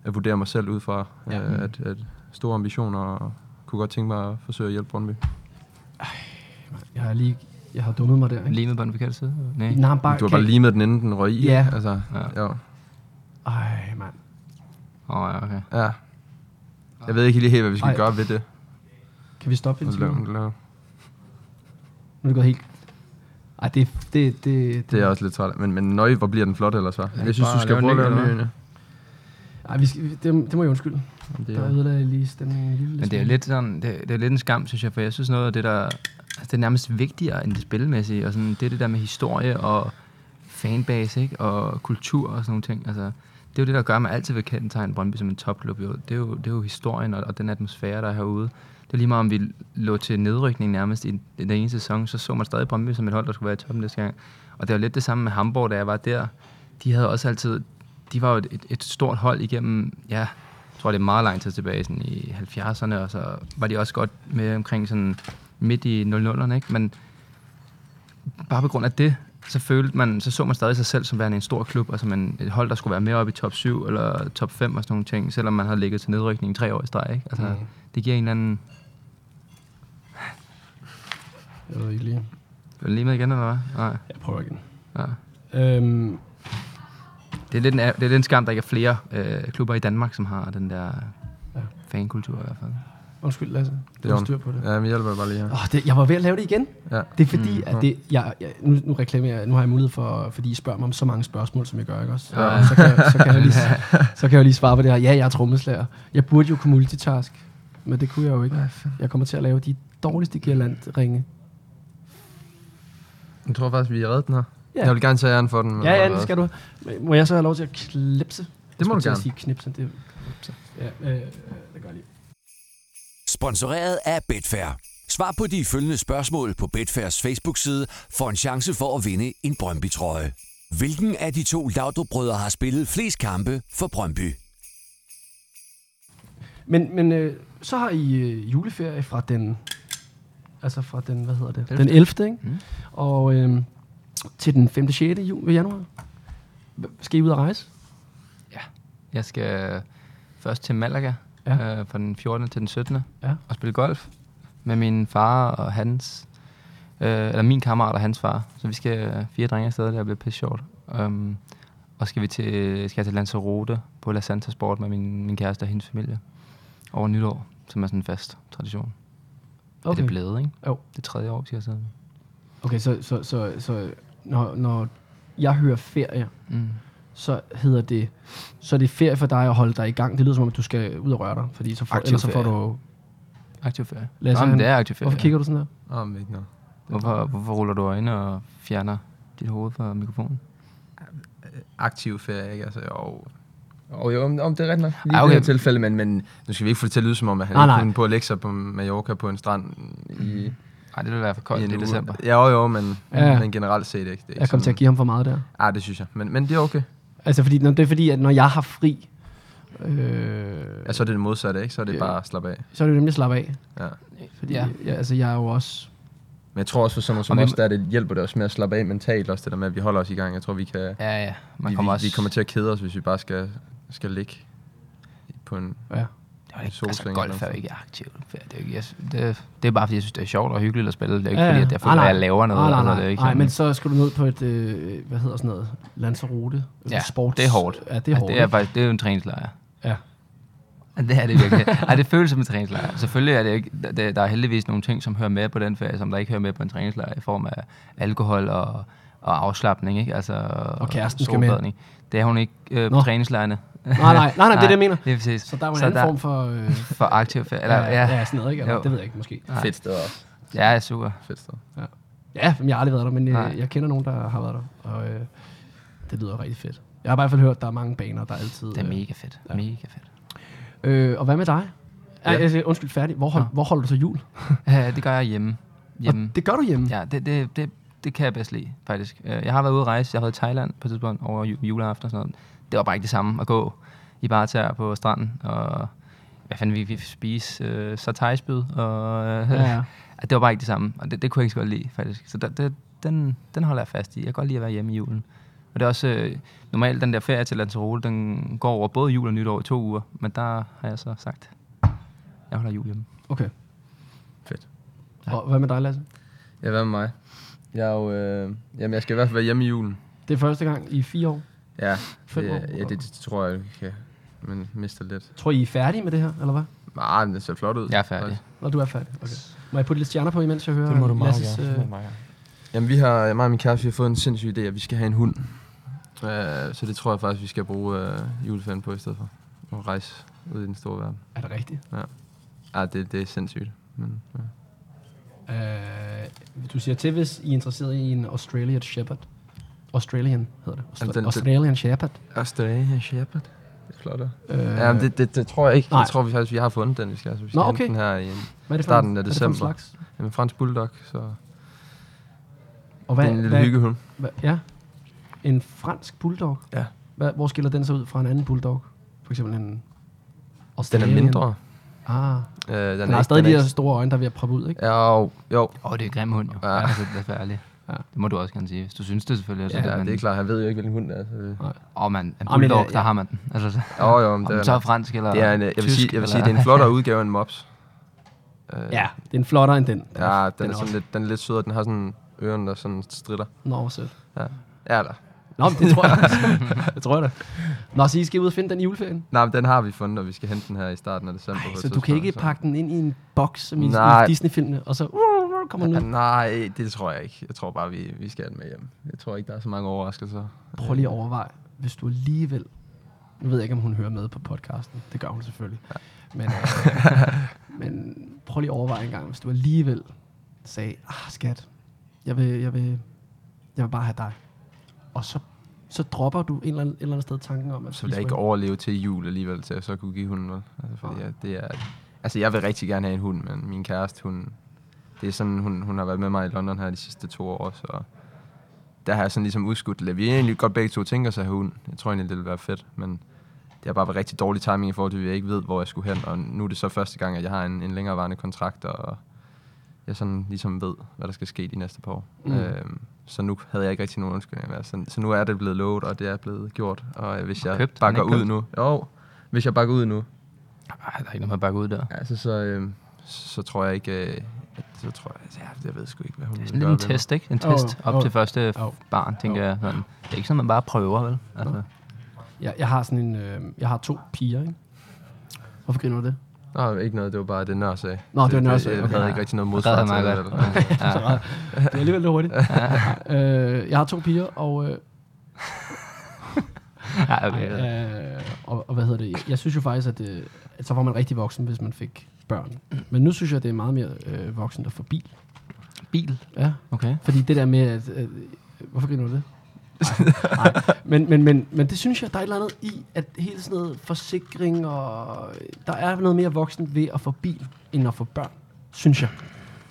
at vurdere mig selv ud fra, ja. at, at store ambitioner, og kunne godt tænke mig at forsøge at hjælpe Brøndby. Jeg har lige, jeg har dummet mig der, ikke? Lige med på den forkerte side? Nej. Nej, bare, Du har bare kan- limet den inden den røg i. Ja. Altså, Ja. ja. Jo. Ej, mand. Åh, oh, ja, okay. ja. Jeg ved ikke lige helt, hvad vi skal Ej. Ej. gøre ved det. Kan vi stoppe en Lave- time? Nu lave- er det gået helt... Ej, det, det, det, Det er jeg også lidt træt af. Men, men nøj, hvor bliver den flot ellers, hva'? Jeg synes, bare du skal lave en prøve at ny, lave eller en ny. Ej, vi skal, vi- det, det må jeg undskylde. Det Der er jo- ødelagde jeg lige stemningen en lille Men det er smule. lidt sådan, det, det er lidt en skam, synes jeg, for jeg synes noget af det, der altså, det er nærmest vigtigere end det spilmæssige, og sådan, det er det der med historie og fanbase, ikke? og kultur og sådan nogle ting. Altså, det er jo det, der gør, at man altid vil kendetegne Brøndby som en topklub. Jo. Det, er jo, det er jo historien og, og den atmosfære, der er herude. Det er lige meget, om vi lå til nedrykning nærmest i den ene sæson, så så man stadig Brøndby som et hold, der skulle være i toppen næste gang. Og det var lidt det samme med Hamburg, da jeg var der. De havde også altid... De var jo et, et, et stort hold igennem, ja, jeg tror, det er meget lang tid tilbage, sådan i 70'erne, og så var de også godt med omkring sådan midt i 00'erne, ikke? Men bare på grund af det, så følte man, så så man stadig sig selv som værende en stor klub, og som en, et hold, der skulle være mere oppe i top 7 eller top 5 og sådan nogle ting, selvom man havde ligget til nedrykning i tre år i streg, ikke? Altså, mm. det giver en eller anden... Jeg ved ikke lige. Er det lige med igen, eller hvad? Nej. Jeg prøver igen. Ja. Øhm, Det er lidt en, det er lidt en skam, der ikke er flere øh, klubber i Danmark, som har den der Ja. fankultur i hvert fald. undskyld, Lasse. Det Det er er ondt. styr på det. Ja, men jeg hjælper bare lige her. Oh, det. Jeg var ved at lave det igen. Ja. Det er fordi, mm, at det, jeg, jeg, nu, nu reklamerer jeg, nu har jeg mulighed for, fordi I spørger mig om så mange spørgsmål, som jeg gør, ikke også? Ja. Så, kan, jeg- så, kan jeg lige, så kan jeg jo lige svare på det her. Ja, jeg er trommeslager. Jeg burde jo kunne multitask, men det kunne jeg jo ikke. Jeg kommer til at lave de dårligste girlandringe. Jeg tror faktisk, vi har reddet den her. Ja. Jeg vil gerne tage æren for den. men- Ja, ja, det skal du. have. Må jeg så have lov til at klipse? Jeg må skulle du til at gerne. sige knipse. Det, ja, øh, det gør jeg lige. Sponsoreret af Betfair. Svar på de følgende spørgsmål på Betfairs Facebook-side for en chance for at vinde en Brøndby-trøje. Hvilken af de to Laudrup-brødre har spillet flest kampe for Brøndby? Men, men øh, så har I øh, juleferie fra den, altså fra den, hvad hedder det? 11.. Den 11. Ikke? Mm. Og øh, til den 5. 6. Ju- januar. Hva- Skal I ud og rejse? Jeg skal først til Malaga Ja. ja. øh, fra den 14. til den 17. Ja. og spille golf med min far og hans, øh, eller min kammerat og hans far. Så vi skal øh, fire drenge afsted, det bliver pisse sjovt. Um, og skal vi til, skal jeg til Lanzarote på La Santa Sport med min, min kæreste og hendes familie over nytår, som er sådan en fast tradition. Okay. Er det blevet, ikke? Jo. Det er tredje år, siger jeg så. Okay, så, så, så, så når, når jeg hører ferie, Mm. så hedder det, så er det ferie for dig at holde dig i gang. Det lyder som om, at du skal ud og røre dig, fordi så får, Aktiv ellers så får ferie. du... Aktiv ferie. Lasse, Nå, men han- det er aktiv ferie. Hvorfor kigger du sådan der? Åh, men ikke noget. Hvorfor, hvorfor ruller du øjnene og fjerner dit hoved fra mikrofonen? Aktiv ferie, ikke? Altså, og og jo, om, om det er rigtigt nok lige Ah, ah, okay. okay. det her tilfælde, men, men nu skal vi ikke få det til at lyde som om, at han Nej, ah, nej. kunne på at lægge sig på Mallorca på en strand i, mm. Nej, det vil være for koldt, det er december. Ja, jo, jo, men, Ja. ja. men generelt set ikke. Det er ikke Jeg kom til at give ham for meget der. Ah, det synes jeg, men, men det er okay. Altså, fordi, når, det er fordi, at når jeg har fri, øh, Ja, så er Altså, det det modsatte, ikke? Så er det Ja. bare at slappe af. så er det jo nemlig at slappe af. Ja. Fordi ja. Altså- Ja. jeg, altså, jeg er jo også... Men jeg tror også for sådan noget som Og vi- os, der er det hjælper det også med at slappe af mentalt, også det der med, at vi holder os i gang. Jeg tror, vi kan... Ja, ja. Man vi, kommer vi, også... vi kommer til at kede os, hvis vi bare skal, skal ligge på en... Ja. Det var ikke, altså, Solseng eller golf er jo sådan. ikke aktivt. Det er, jo ikke, jeg, det, det er bare, fordi jeg synes, det er sjovt og hyggeligt at spille. Det er jo ikke, Ja, ja, fordi ja. at jeg Ah, føler, nej. at jeg laver noget. nej, eller nej, det er nej. ikke nej, sådan- men så skal du ned på et, øh, hvad hedder sådan noget, Lanzarote øh, Ja, sports. det er hårdt. Ja, det er hårdt. Altså, det er faktisk det er jo en træningslejr. Ja. Ja, Det er det virkelig. Ej, det føles som en træningslejr. Selvfølgelig er det jo ikke, der- der, der er heldigvis nogle ting, som hører med på den ferie, som der ikke hører med på en træningslejr i form af alkohol og, og afslappning, ikke? Altså, og kæresten skal med. solbadning. Det er hun ikke øh, Nå. på træningslejrene. nej, nej, nej, nej, det er det, jeg mener. Det er præcis. Så der er jo en anden form for... Øh, for aktiv ferie. Eller, eller, ja, ja, sådan noget, ikke? Eller, Jo. det ved jeg ikke, måske. Nej. Fedt sted også. ja, ja, super. Fedt sted. Ja, men jeg har aldrig været der, men Nej. øh, jeg kender nogen, der har været der, og øh, det lyder rigtig fedt. Jeg har i hvert fald hørt, at der er mange baner, der altid... øh, Det er mega fedt. Ja. Ja. Mega fedt. øh, øh, og hvad med dig? Ja. Ja. Altså, undskyld, færdig. Hvor, hold, Nå. hvor holder du så jul? Ja, det gør jeg hjemme. hjemme. Og det gør du hjemme? Ja, det, det, det, det kan jeg bedst lide, faktisk. Øh, Jeg har været ude at rejse. Jeg har været i Thailand på et tidspunkt over ju- juleaften og sådan noget. Det var bare ikke det samme at gå i barter på stranden. Og hvad fanden vi, vi spise? Øh, så thaispyd. Og, øh, Ja, ja. at det var bare ikke det samme. Og det, det kunne jeg ikke så godt lide, faktisk. Så der, det, den, den holder jeg fast i. Jeg kan godt lide at være hjemme i julen. Og det er også... Øh, normalt den der ferie til Lanzarote, den går over både jul og nytår i to uger. Men der har jeg så sagt, jeg holder jul hjemme. Okay. Fedt. Og hvad med dig, Lasse? Ja, hvad med mig? Jeg, er jo, øh, jamen, jeg skal i hvert fald være hjemme i julen. Det er første gang i fire år. Ja, Fem det, år? ja, det, det tror jeg, vi kan. Men mister lidt. Tror I, I er færdige med det her, eller hvad? Nej, men det ser flot ud. Jeg er færdig. faktisk. Når du er færdig. Okay. Må jeg putte lidt stjerner på, imens jeg hører Det må du meget Lasses, gerne. Det må Øh, du meget gerne. Jamen, vi har, mig og min kæreste, vi har fået en sindssyg idé, at vi skal have en hund. Øh, så det tror jeg faktisk, vi skal bruge øh, juleferien på i stedet for. Og rejse ud i den store verden. øh, er det rigtigt? Ja, det, det er sindssygt. Men, ja. Øh, du siger til, hvis I er interesseret i en Australian Shepherd. Australian hedder det. den- Austra- den- Australian Shepherd. Australian Shepherd. Det er flot. Øh, Ja, men det, det, det, tror jeg ikke. nej. Jeg tror vi faktisk, vi har fundet den, vi skal. Altså, vi skal Nå, hente okay. den her i en, hvad er det for starten en- af hvad er det for en december. slags? en fransk bulldog, så Og hvad, hvad, det er en lille hvad, hyggehund. Hva? Ja. En fransk bulldog? Ja. Hva, hvor skiller den sig ud fra en anden bulldog? For eksempel en... Den Australian. er mindre. Ah, Øh, den, den, har ikke- stadig de er her store øjne, der er ved at proppe ud, ikke? ikke- Jo, jo. Åh, oh, det er en grim hund, jo. Ja. Ja. Altså, det er færdigt. Ja. Ja. Det må du også gerne sige. Hvis du synes det selvfølgelig. Ja, det er klart. klart. Han ved jo ikke, hvilken hund det er. Så det... Åh, oh, man. En Ah, men bulldog, det- der har man den. Altså, så- Jo, jo, men om det den er, så er fransk eller det er en, øh, jeg vil tysk, sige, jeg vil sige, det eller- er en flottere udgave end Mops. Øh, Ja, det er en flottere end den. Den er- ja, den, den er også- sådan lidt, den er lidt sødere. Den har sådan ørerne, der sådan stritter. Nå, hvor sødt. Ja, ja eller. Nå, men det tror jeg. det tror jeg da. Nå, så I skal ud og finde den i juleferien? Nej, men den har vi fundet, og vi skal hente den her i starten af december. på Ej, et så du kan tidspunkt, ikke pakke den ind i en boks, som i, Nej. i Disney-filmene, og så uh, kommer den Ja, ud. Ah, nej, det tror jeg ikke. Jeg tror bare, vi, vi skal have den med hjem. Jeg tror ikke, der er så mange overraskelser. Prøv Øh. lige at overveje, hvis du alligevel... Nu ved jeg ikke, om hun hører med på podcasten. Det gør hun selvfølgelig. Ja. Men, øh, men prøv lige at overveje en gang, hvis du alligevel sagde, ah skat, jeg vil, jeg vil, jeg vil bare have dig. Og så, så dropper du en eller anden, et eller andet sted tanken om, at vi Så vil jeg skulle- ikke overleve til jul alligevel, til at så kunne give hunden vel. Altså, fordi jeg, det er, altså, jeg vil rigtig gerne have en hund, men min kæreste, hun, det er sådan, hun, hun har været med mig i London her de sidste to år, så der har jeg sådan ligesom udskudt lidt. Vi er egentlig godt begge to tænker os at have hund. Jeg tror egentlig, det ville være fedt, men det har bare været rigtig dårlig timing i forhold til, at jeg ikke ved, hvor jeg skulle hen. Og nu er det så første gang, at jeg har en, en længerevarende kontrakt, og jeg sådan ligesom ved, hvad der skal ske de næste par år. Mm. Mm. Øhm, så nu havde jeg ikke rigtig Altså, nogen undskyldninger mere. Så, så nu er det blevet lovet, og det er blevet gjort. Og hvis jeg Købt? Er den bakker ikke ud købt? nu... Jo, Hvis jeg bakker ud nu, Ej, der er ikke noget med at bakke ud der. altså, så, øh, så tror jeg ikke... Øh, at, så tror jeg, altså, jeg, jeg ved sgu ikke, hvad hun Det er vil sådan lidt gøre en ved mig. test, ikke? En Åh, test op åh, til første åh, barn, tænker jeg. Sådan. Det er ikke sådan, man bare prøver, vel? Altså, Jeg, jeg har sådan en... Øh, jeg har to piger, ikke? Hvorfor griner du det? Nå, ikke noget, det var bare det Nør sagde. Nå, det var Nør sagde, Jeg okay. havde ikke rigtig noget der modsvar er meget til det. godt. eller- Ja. Så, meget. det er alligevel lidt hurtigt. øh, jeg har to piger, og... Øh, Ja, okay. Ja. Okay. Øh, og, og hvad hedder det? Jeg- Jeg synes jo faktisk, at, øh, at så var man rigtig voksen, hvis man fik børn. Men nu synes jeg, at det er meget mere øh, voksen at få bil. Bil. Ja. Okay. Fordi det der med, at... Øh, hvorfor griner du det? Nej, nej. Men, men, men, men det synes jeg, der er et eller andet i, at hele sådan noget forsikring og... Der er noget mere voksen ved at få bil, end at få børn, synes jeg.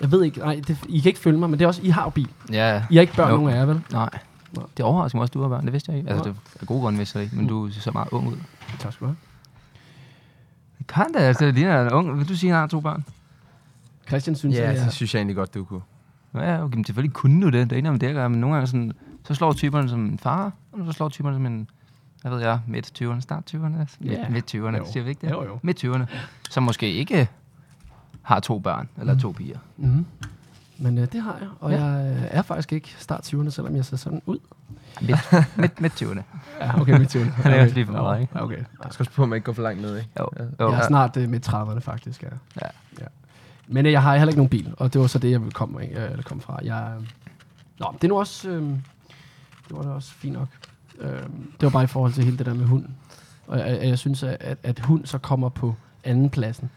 Jeg ved ikke, nej, det, I kan ikke følge mig, men det er også, I har jo bil. Ja. I har ikke børn, Jo. nope. nogen af jer, vel? Nej. Nå. Det overrasker mig også, at du har børn. Det vidste jeg ikke. Altså, Nå. det er gode grunde, vidste jeg ikke. Men du ser så meget ung ud. Tak skal du have. Kan da, altså, det ligner en ung. Vil du sige, at han har to børn? Christian synes, at Ja, jeg... det synes jeg egentlig godt, du kunne. Nå Ja, okay, men selvfølgelig kunne du det. Det er ikke noget med det, at gøre, men nogle gange sådan, så slår typerne som en far, og så slår typerne som en, hvad ved jeg, midt 20'erne, start 20'erne, altså, Ja. midt, midt 20'erne, Jo. siger vi ikke det? Jo, jo. Midt 20'erne, som måske ikke har to børn, eller to piger. Mm. Men øh, det har jeg, og Mm-hmm. Ja. ja. jeg øh, er faktisk ikke start 20'erne, selvom jeg ser sådan ud. Midt, midt, midt 20'erne. Ja, okay, midt 20'erne. Han er også lige for meget, ikke? Ja, okay. Jeg skal også på, at man ikke går for langt ned, ikke? Jo, jo. Jeg er Ja. snart øh, midt 30'erne, faktisk. Ja. Ja. ja. Men øh, jeg har heller ikke nogen bil, og det var så det, jeg ville komme, af, øh, eller komme fra. Jeg, øh, nå, det er nu også, øh, det var da også fint nok. Øh, det var bare i forhold til hele det der med hund. Og jeg, jeg, jeg synes, at, at- at hund så kommer på anden pladsen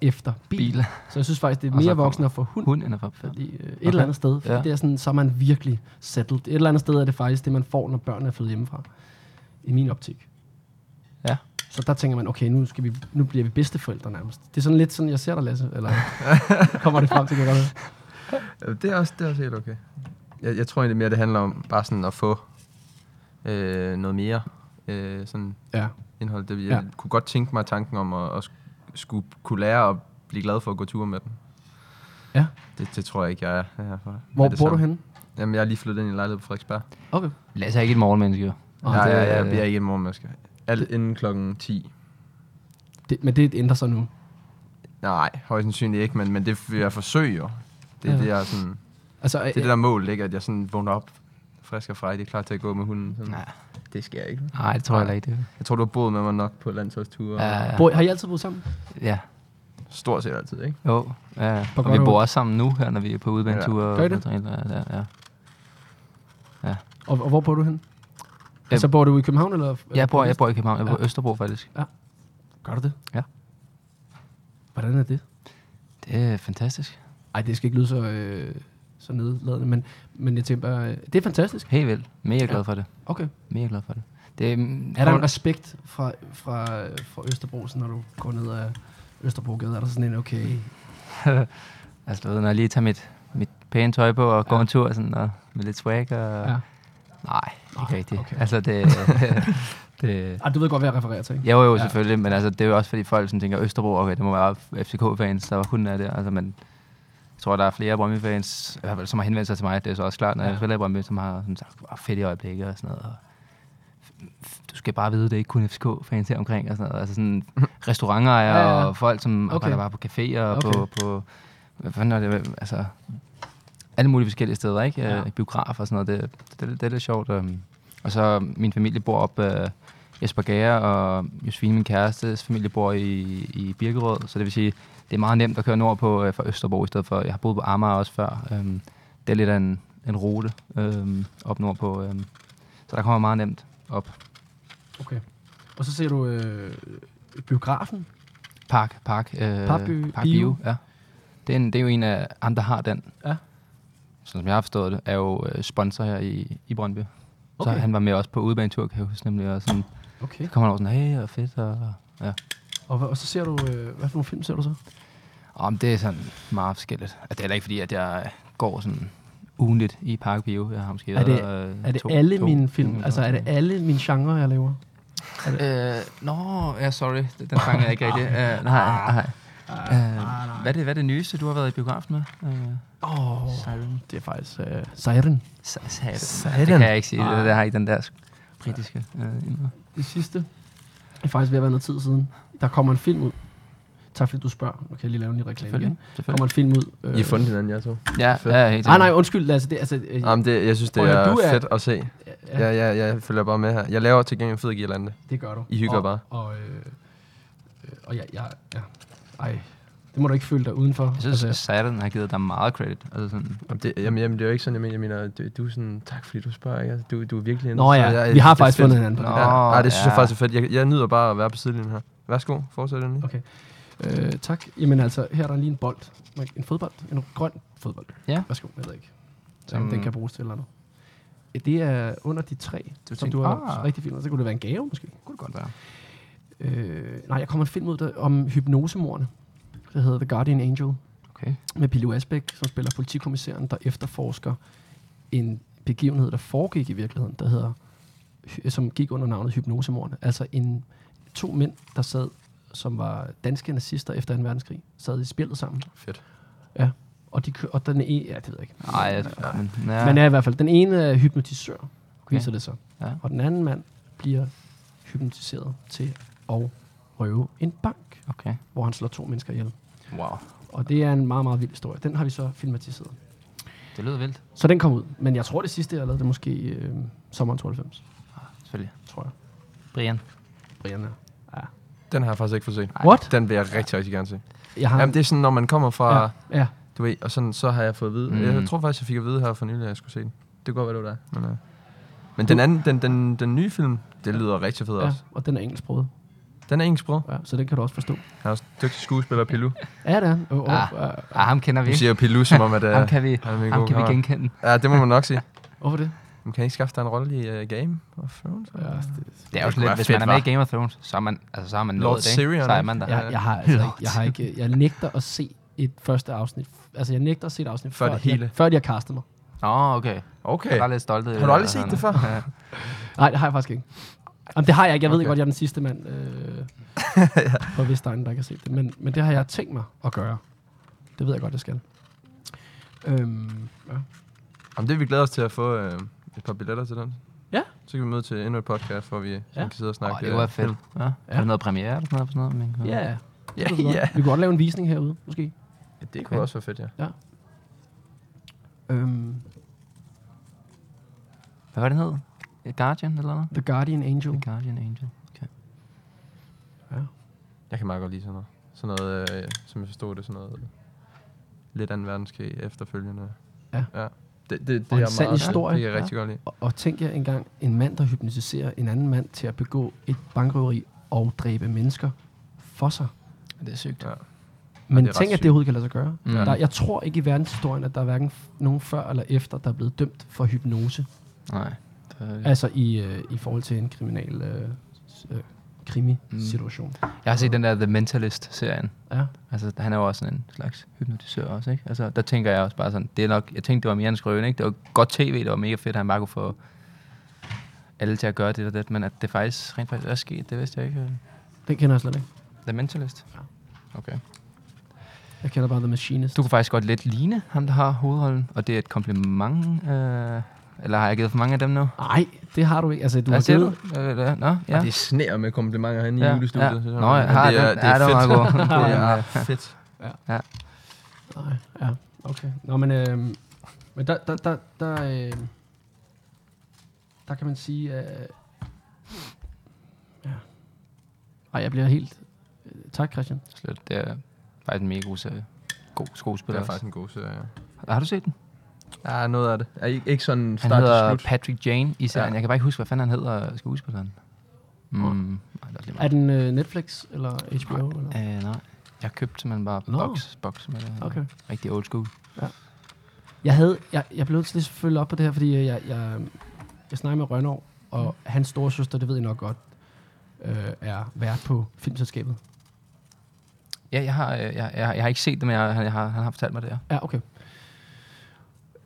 efter bil. Bil. Så jeg synes faktisk, det er Og så mere kommer voksne at få hund. Hund eller for fanden. Fordi, øh, et Okay. eller andet sted, fordi Ja. ja. det er sådan, så er man virkelig settled. Et eller andet sted er det faktisk det, man får, når børnene er flyttet hjemmefra. I min optik. Ja. Så der tænker man, okay, nu, skal vi, nu bliver vi bedsteforældre nærmest. Det er sådan lidt sådan, jeg ser dig, Lasse. Eller kommer det frem til, kan jeg godt høre. Ja, Det er også, det er også helt okay. Jeg, jeg tror egentlig mere, det handler om bare sådan at få øh, noget mere øh, sådan Ja. indhold. Det, jeg Ja. ja. kunne godt tænke mig tanken om at, at sk- skulle kunne lære at blive glad for at gå tur med dem. Ja. Det, det tror jeg ikke, jeg er herfor. Med Hvor det bor du samme. henne? Jamen, jeg er lige flyttet ind i en lejlighed på Frederiksberg. Okay. Lasse er ikke et morgenmenneske, jo. Øh, Nå, Nej, det- jeg, jeg bliver ikke en morgenmaske. Alt inden klokken 10. Det, men det ændrer sig nu. Nej, højst sandsynligt ikke, men, men det vil jeg forsøge jo. Det, Ja. ja. det, er sådan, det Altså, er det der mål, ikke? At jeg sådan vågner op frisk og frejdig, klar til at gå med hunden. Sådan. Nej. Det sker ikke. Nej, det tror jeg heller ikke. det. Jeg tror, du har boet med mig nok på landsholdsture. Ja, Ja. ja. øh, Bor, har I altid boet sammen? ja. Stort set altid, ikke? Jo, ja. ja. På Og godt vi og bor ondt. også sammen nu her, når vi er på udbanetur. Gør I og det? Ja, ja, ja. Og, og hvor bor du henne? Altså, bor du i København? Eller, Jeg bor, jeg bor i København. Jeg bor i Ja. Østerbro, faktisk. Gør du det? Ja. Hvordan er det? Det er fantastisk. Ej, det skal ikke lyde så, øh, så nedladende, men, men jeg tænker bare, øh, det er fantastisk. Helt vildt. Mega glad for det. Okay. Mega glad for det. det mm, Er der en prøv- respekt fra, fra, fra Østerbro, sådan, når du går ned ad Østerbrogade? Er der sådan en, okay, altså, du ved, når jeg lige tager mit, mit pæne tøj på og går en tur sådan, og med lidt swag. Og, Ja. Nej, ikke rigtigt. ah, okay. Altså, det, det, ah, du ved godt, hvad jeg refererer til, ikke? jo, jo, selvfølgelig, men altså, det er jo også, fordi folk sådan tænker, Østerbro, okay, det må være FCK-fans, der kun er der. Altså, men jeg tror, der er flere Brøndby-fans, i hvert fald, som har henvendt sig til mig. Det er så også klart, når jeg spiller i Brøndby, som har sådan sagt, wow, fedt i øjeblikke og sådan noget. Og f- f- du skal bare vide, det er ikke kun FCK-fans her omkring og sådan noget. Altså sådan restauranter Ja, ja, ja. og folk, som Okay. okay. arbejder bare på caféer og okay. på, Okay. på, hvad fanden er det, altså alle mulige forskellige steder, ikke? Ja. Ja. Biograf og sådan noget, det, det, det, det er lidt sjovt. øhm. Og så min familie bor op øh, Jesper Gære, og Josefine, min kærestes familie, bor i, i Birkerød, så det vil sige, det er meget nemt at køre nordpå øh, fra Østerbro i stedet for, jeg har boet på Amager også før. Øhm, det er lidt af en, en rute øhm, op nordpå, øhm. så der kommer meget nemt op. Okay. Og så ser du øh, biografen. Park, park, øh, Parkby- park Bio. Bio. Ja. Det, er en, det er jo en af ham, der har den. Ja. Sådan som jeg har forstået det, er jo øh, sponsor her i, i Brøndby. Okay. Okay. Så han var med også på udebanetur, kan jeg huske nemlig. Og sådan, Okay. så kommer han over sådan, hey, og fedt. Og, ja. Og, hva- og så ser du, øh, hvad for nogle film ser du så? og men det er sådan meget forskelligt. Og det er heller ikke fordi, at jeg går sådan ugenligt i Park Bio. Jeg har måske Er det- været, øh, Er det to- alle to mine film? uger, Altså, er sådan. det alle mine genrer, jeg laver? Øh, nå, ja, sorry. Den den fanger jeg ikke rigtig. Øh, nej, nej. Øh, hvad, er det, hvad er det nyeste, du har været i biografen med? Øh, Åh, oh, det er faktisk øh, Siren. Satan. Satan. Det kan jeg ikke sige. Nej. Det, det har ikke den der britiske øh, indre. Det sidste. Det er faktisk ved at være noget tid siden. Der kommer en film ud. Tak fordi du spørger. Nu kan jeg lige lave en lille reklame igen. Selvfølgelig. Der kommer en film ud. øh, Ah, I har fundet hinanden, jeg så. Ja, ja, helt Nej, nej, undskyld. Altså, det, altså, øh, Jamen, det, jeg synes, det Prøv at høre, er, du er- fedt at se. ja, Ja, ja, jeg følger bare med her. Jeg laver til gengæld fed girlande. det gør du. I hygger og, bare. Og, øh, øh, og jeg, jeg, ja. Ej, det må du ikke føle dig udenfor. Altså, Jeg synes, at Saturn har givet dig meget credit. Altså sådan, Jamen, det, jamen, jamen, det er jo ikke sådan, jeg mener. Jeg mener, du, du er sådan, tak fordi du spørger, ikke? Altså, Du, du er virkelig Nå ja, jeg- vi har det er faktisk fedt. fundet hinanden på Nå. det. Ja, nej, det synes jeg ja. faktisk er fedt. Jeg, jeg nyder bare at være på sidelinjen her. Værsgo, fortsæt den lige. Okay. Øh, tak. Jamen altså, her er der lige en bold. En fodbold. En grøn fodbold. Ja. Øhm. Værsgo, jeg ved ikke. Så Som- den kan bruges til eller noget. Ja, Det er under de tre, du som tænkte, du har ah. rigtig fint. med. Så kunne det være en gave, måske. kunne det godt være. Øh, nej, jeg kommer en film ud der, om hypnosemordene. Det hedder The Guardian Angel. Okay. Med Pilo Asbæk, som spiller politikommissæren, der efterforsker en begivenhed, der foregik i virkeligheden, der hedder, hy- som gik under navnet hypnosemordene. Altså en, to mænd, der sad, som var danske nazister efter 2. verdenskrig, sad i spillet sammen. Fedt. Ja. Og, de, kø- og den ene, ja, det ved jeg ikke. Nej, jeg, men, Ah, ja. Ja. Men er i hvert fald, den ene er hypnotisør, okay. Okay. viser det sig. Ja. Og den anden mand bliver hypnotiseret til at røve en bank, Okay. hvor han slår to mennesker ihjel. Wow. Og det er en meget, meget vild historie. Den har vi så filmatiseret. Det lyder vildt. Så den kom ud. Men jeg tror, det sidste, jeg lavede, det er måske øh, sommeren 92, Selvfølgelig. tror jeg. Brian. Brian er. Den har jeg faktisk ikke fået set. What? Den vil jeg rigtig, rigtig gerne se. Jeg har, Jamen, det er sådan, når man kommer fra... ja, ja. Du ved, og sådan, så har jeg fået at vide. Mm. Mm. Jeg tror faktisk, jeg fik at vide her for nylig, at jeg skulle se den. Det kunne godt være, det var der. Men, øh. men den, anden, den, den, den nye film, det lyder rigtig fedt ja. ja, også. og den er engelsksproget. Den er engelsk bror. Ja, så den kan du også forstå. Han er også en dygtig skuespiller, Pilu. Ja, det er han. Og, Ah. og, og, Ah, ham kender vi Du ikke. siger jo Pilu, som om, at... øh, Ham kan vi, han er min ham gode kan vi kammerat. genkende. Ja, det må man nok sige. hvorfor det? Men kan I ikke skaffe dig en rolle i uh, Game of Thrones? eller? Ja, det, Det er jo Det sådan kunne lidt, være hvis fedt, man er med hva'? i Game of Thrones, så er man, altså, så er man Lord nået, det, ikke? Tyrion, Så er ikke? man der. Jeg, jeg har altså ikke, jeg har ikke, jeg nægter at se et første afsnit. Altså, jeg nægter at se et afsnit, Før før, det hele. Jeg, før de har castet mig. Nå, okay. Okay. Jeg er lidt stolt. Har du aldrig set det før? Nej, det har jeg faktisk ikke. Jamen, det har jeg ikke. Jeg ved Okay. okay. godt, jeg er den sidste mand øh, på Vestegnen, der ikke har set det. Men, men det har jeg tænkt mig at gøre. Det ved jeg godt, jeg skal. Øhm, ja. Jamen, det vi glæder os til at få øh, et par billetter til den. Ja. Så kan vi møde til endnu et podcast, hvor vi ja. kan sidde og snakke. øh, Åh, det var fedt. Ja. Er der noget premiere eller sådan noget? på sådan noget? men- Yeah. Ja, Det kunne vi ja. godt. Vi kunne godt lave en visning herude, måske. Ja, Det kunne Okay. også være fedt, ja. Øhm, Hvad var den hed? Guardian eller noget? The Guardian Angel. The Guardian Angel. Okay. Jeg kan meget godt lide sådan noget. Sådan noget, øh, som jeg forstod det, sådan noget øh, lidt anden verdenskrig efterfølgende. Ja. ja. Det, det, det Og en er sand meget, historie. Det kan jeg rigtig godt lide. Og, og tænk jer engang, en mand, der hypnotiserer en anden mand til at begå et bankrøveri og dræbe mennesker for sig. Det er sygt. Ja. Men det er ret tænk, at sygt. det overhovedet kan lade sig gøre. Mm. Mm. Der, jeg tror ikke i verdenshistorien, at der er hverken f- nogen før eller efter, der er blevet dømt for hypnose. Nej. Ja. Altså i, øh, i forhold til en kriminal øh, s- øh, krimi-situation. Mm. Jeg har set den der The Mentalist-serien. Ja. Altså, han er jo også sådan en slags hypnotisør også, ikke? Altså, der tænker jeg også bare sådan, det er nok, jeg tænkte, det var mere en skrøne, ikke? Det var godt tv, det var mega fedt, at han bare kunne få alle til at gøre det og det, men at det faktisk rent faktisk er sket, det vidste jeg ikke. Den kender jeg slet ikke. The Mentalist. Okay. Jeg kender bare The Machinist. Du kunne faktisk godt lidt ligne ham, der har hovedrollen, og det er et kompliment. Øh, eller har jeg givet for mange af dem nu? Nej, det har du ikke. Altså, du Hvad har siger du? givet- Øh, ja. Nå, Ja. ja. Og det sneer med komplimenter herinde ja. i julestudiet. ja. synes jeg. Nå, ja, Men har det er, den. det er ja, fedt. Den var god. Det Den, er øh, fedt. Nej, ja, okay. Nå, men, øh, men der, der, der, der, øh, der kan man sige, øh, ja. Ej, jeg bliver helt... øh, Tak, Christian. Slet, det er faktisk en mega god serie. God Det skuespiller er også. faktisk en god serie. ja. Har du set den? Ja, noget af det. Er ikke, ikke sådan Han start til hedder slut? Patrick Jane i serien. Ja. Ja. Jeg kan bare ikke huske, hvad fanden han hedder skuespilleren. Mm. Nej, det er også lige Er meget. den øh, Netflix eller HBO? Eller? Øh, nej. Jeg købte simpelthen bare Nå. box, box med det. Okay. Rigtig old school. Jeg, havde, jeg, jeg blev nødt til lige at følge op på det her, fordi øh, jeg, jeg, jeg snakkede med Rønov, og hans store søster, det ved jeg nok godt, øh, er vært på filmselskabet. Ja, jeg har, øh, jeg, jeg, jeg har ikke set det, men jeg, han, jeg har, han har fortalt mig det her. Ja, okay.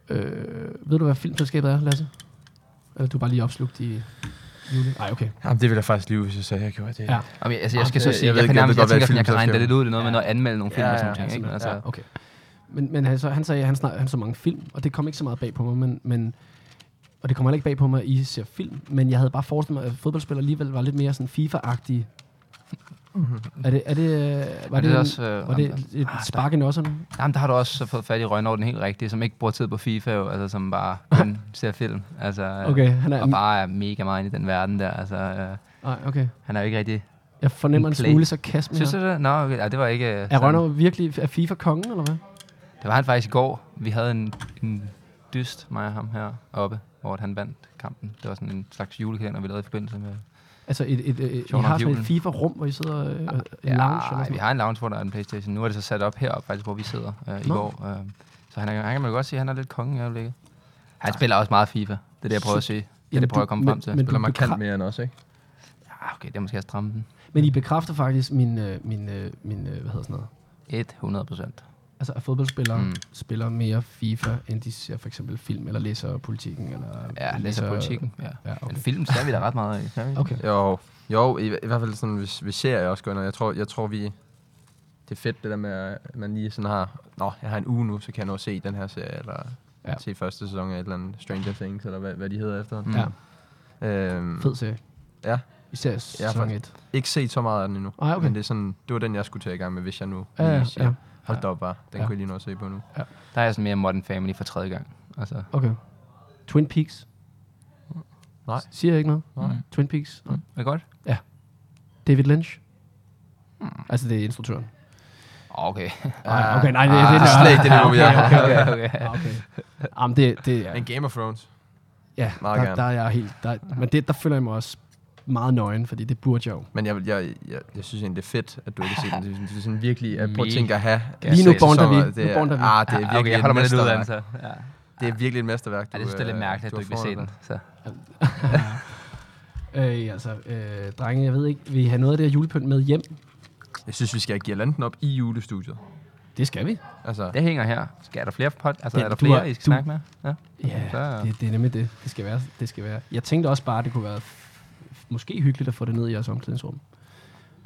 Øh, ved du, hvad filmselskabet er, Lasse? Eller du er bare lige opslugt i juli? Nej, okay. Jamen, det ville jeg faktisk lige, hvis jeg sagde, jeg gjorde det. Ja. Jamen, jeg, altså, jeg Ah, skal det- så jeg sige, ved jeg, jeg, ikke, kan jeg ved nærmest, jeg godt, hvad tænker, sådan, jeg kan filmselskab regne det lidt er. ud, det er noget med noget anmelde nogle film Ja, og sådan ja, noget. Ikke? ja. Altså, Ja. Okay. Men, men han, så, han sagde, at han, snak, han så mange film, og det kom ikke så meget bag på mig, men, men og det kommer heller ikke bag på mig, at I ser film, men jeg havde bare forestillet mig, at fodboldspillere alligevel var lidt mere sådan FIFA-agtige Er det, er det, øh, var Er det, det en, også, øh, var om- det et ah, spark i nosserne? Jamen, der har du også fået fat i Rønne over den helt rigtige, som ikke bruger tid på FIFA, jo, altså, som bare han ser film. Altså, øh, Okay, han er... Og bare er mega meget inde i den verden der. Altså, øh, Nej, okay. han er jo ikke rigtig... Jeg fornemmer en Play. smule sarkasme Synes her. du det? Nå, okay. Ej, det var ikke... Øh, Er sådan. Rønner virkelig er FIFA-kongen, eller hvad? Det var han faktisk i går. Vi havde en, en dyst, mig og ham her oppe, hvor at han vandt kampen. Det var sådan en slags julekalender, vi lavede i forbindelse med... Altså, et, et, et, I Sjovt nok har sådan et julen. FIFA-rum, hvor I sidder øh, øh, en lounge eller vi sådan har en lounge, hvor der er en Playstation. Nu er det så sat op heroppe, faktisk, hvor vi sidder øh, i Nå. går. Øh, så han, er, han kan man jo godt sige, at han er lidt konge i øjeblikket. Han spiller også meget FIFA. Det er det, jeg prøver at sige. Det er det, jeg prøver at komme men, frem til. Men, Spiller du markant bekræ- mere end os, ikke? Ah, okay, det er måske at stramme den. men I bekræfter faktisk min, øh, min, øh, min øh, hvad hedder sådan noget? 100 procent. Altså, at fodboldspillere mm. Mm. spiller mere FIFA, end de ser for eksempel film, eller læser politikken, eller... Ja, læser politikken. Ja. Ja, Okay. okay. Men film ser vi da ret meget af. gør vi ikke? Okay. Jo, jo i, i hvert fald sådan, hvis, hvis serier også går ind, og jeg tror, jeg tror vi... Det er fedt, det der med, at man lige sådan har... Nå, jeg har en uge nu, så kan jeg nå at se den her serie, eller Ja. ja. se første sæson af et eller andet Stranger Things, eller hvad, hvad de hedder efter. Mm. Ja, Øhm, fed serie. Ja. Især sæson faktisk. 1. Ikke set så meget af den endnu. Ej, okay. Men det, er sådan, det var den, jeg skulle til i gang med, hvis jeg nu Ja, ja, lige siger, ja. hold da op bare, den Ja. kunne jeg lige nå at se på nu. Der er jeg sådan mere Modern Family for tredje gang. Altså, Okay. Twin Peaks. Nej. Siger jeg ikke noget? Nej. Mm. Twin Peaks. er det godt? David Lynch. Altså, det er instruktøren. Okay. Ah, okay, nej, det, det, det er slet ikke det niveau, vi er. Okay, okay, okay. okay. Ah, okay. Jamen, det, det er... Men Game of Thrones. Ja, Meget der, gerne. der er jeg helt... Der, men det, der føler jeg mig også meget nøgen, fordi det burde jeg jo. Men jeg, jeg, jeg, jeg synes egentlig, det er fedt, at du ikke har set den. Det er sådan- det er sådan virkelig, at prøv at tænke at have. altså, Lige nu seks bonder vi. sæsoner. Det Nu er, bonder vi. Ah, det er Ja, virkelig okay, jeg et holder mig lidt ud af den, mesterværk. så. Ja. Det er virkelig et mesterværk, du, Ej, det synes jeg er lidt øh, mærkeligt, at du har ikke vil se foran den. dig. Så. Øh, altså, øh, drenge, jeg ved ikke, vil I have noget af det her julepynt med hjem? Jeg synes, vi skal have girlanden op i julestudiet. Det skal vi. Altså, Det hænger her. Skal er der flere pot? Altså, Den- er der du flere, har- I skal du- snakke med? Ja. Ja, Så- det, det er nemlig det. Det skal, være, det skal være. Jeg tænkte også bare, at det kunne være f- måske hyggeligt at få det ned i jeres omklædningsrum.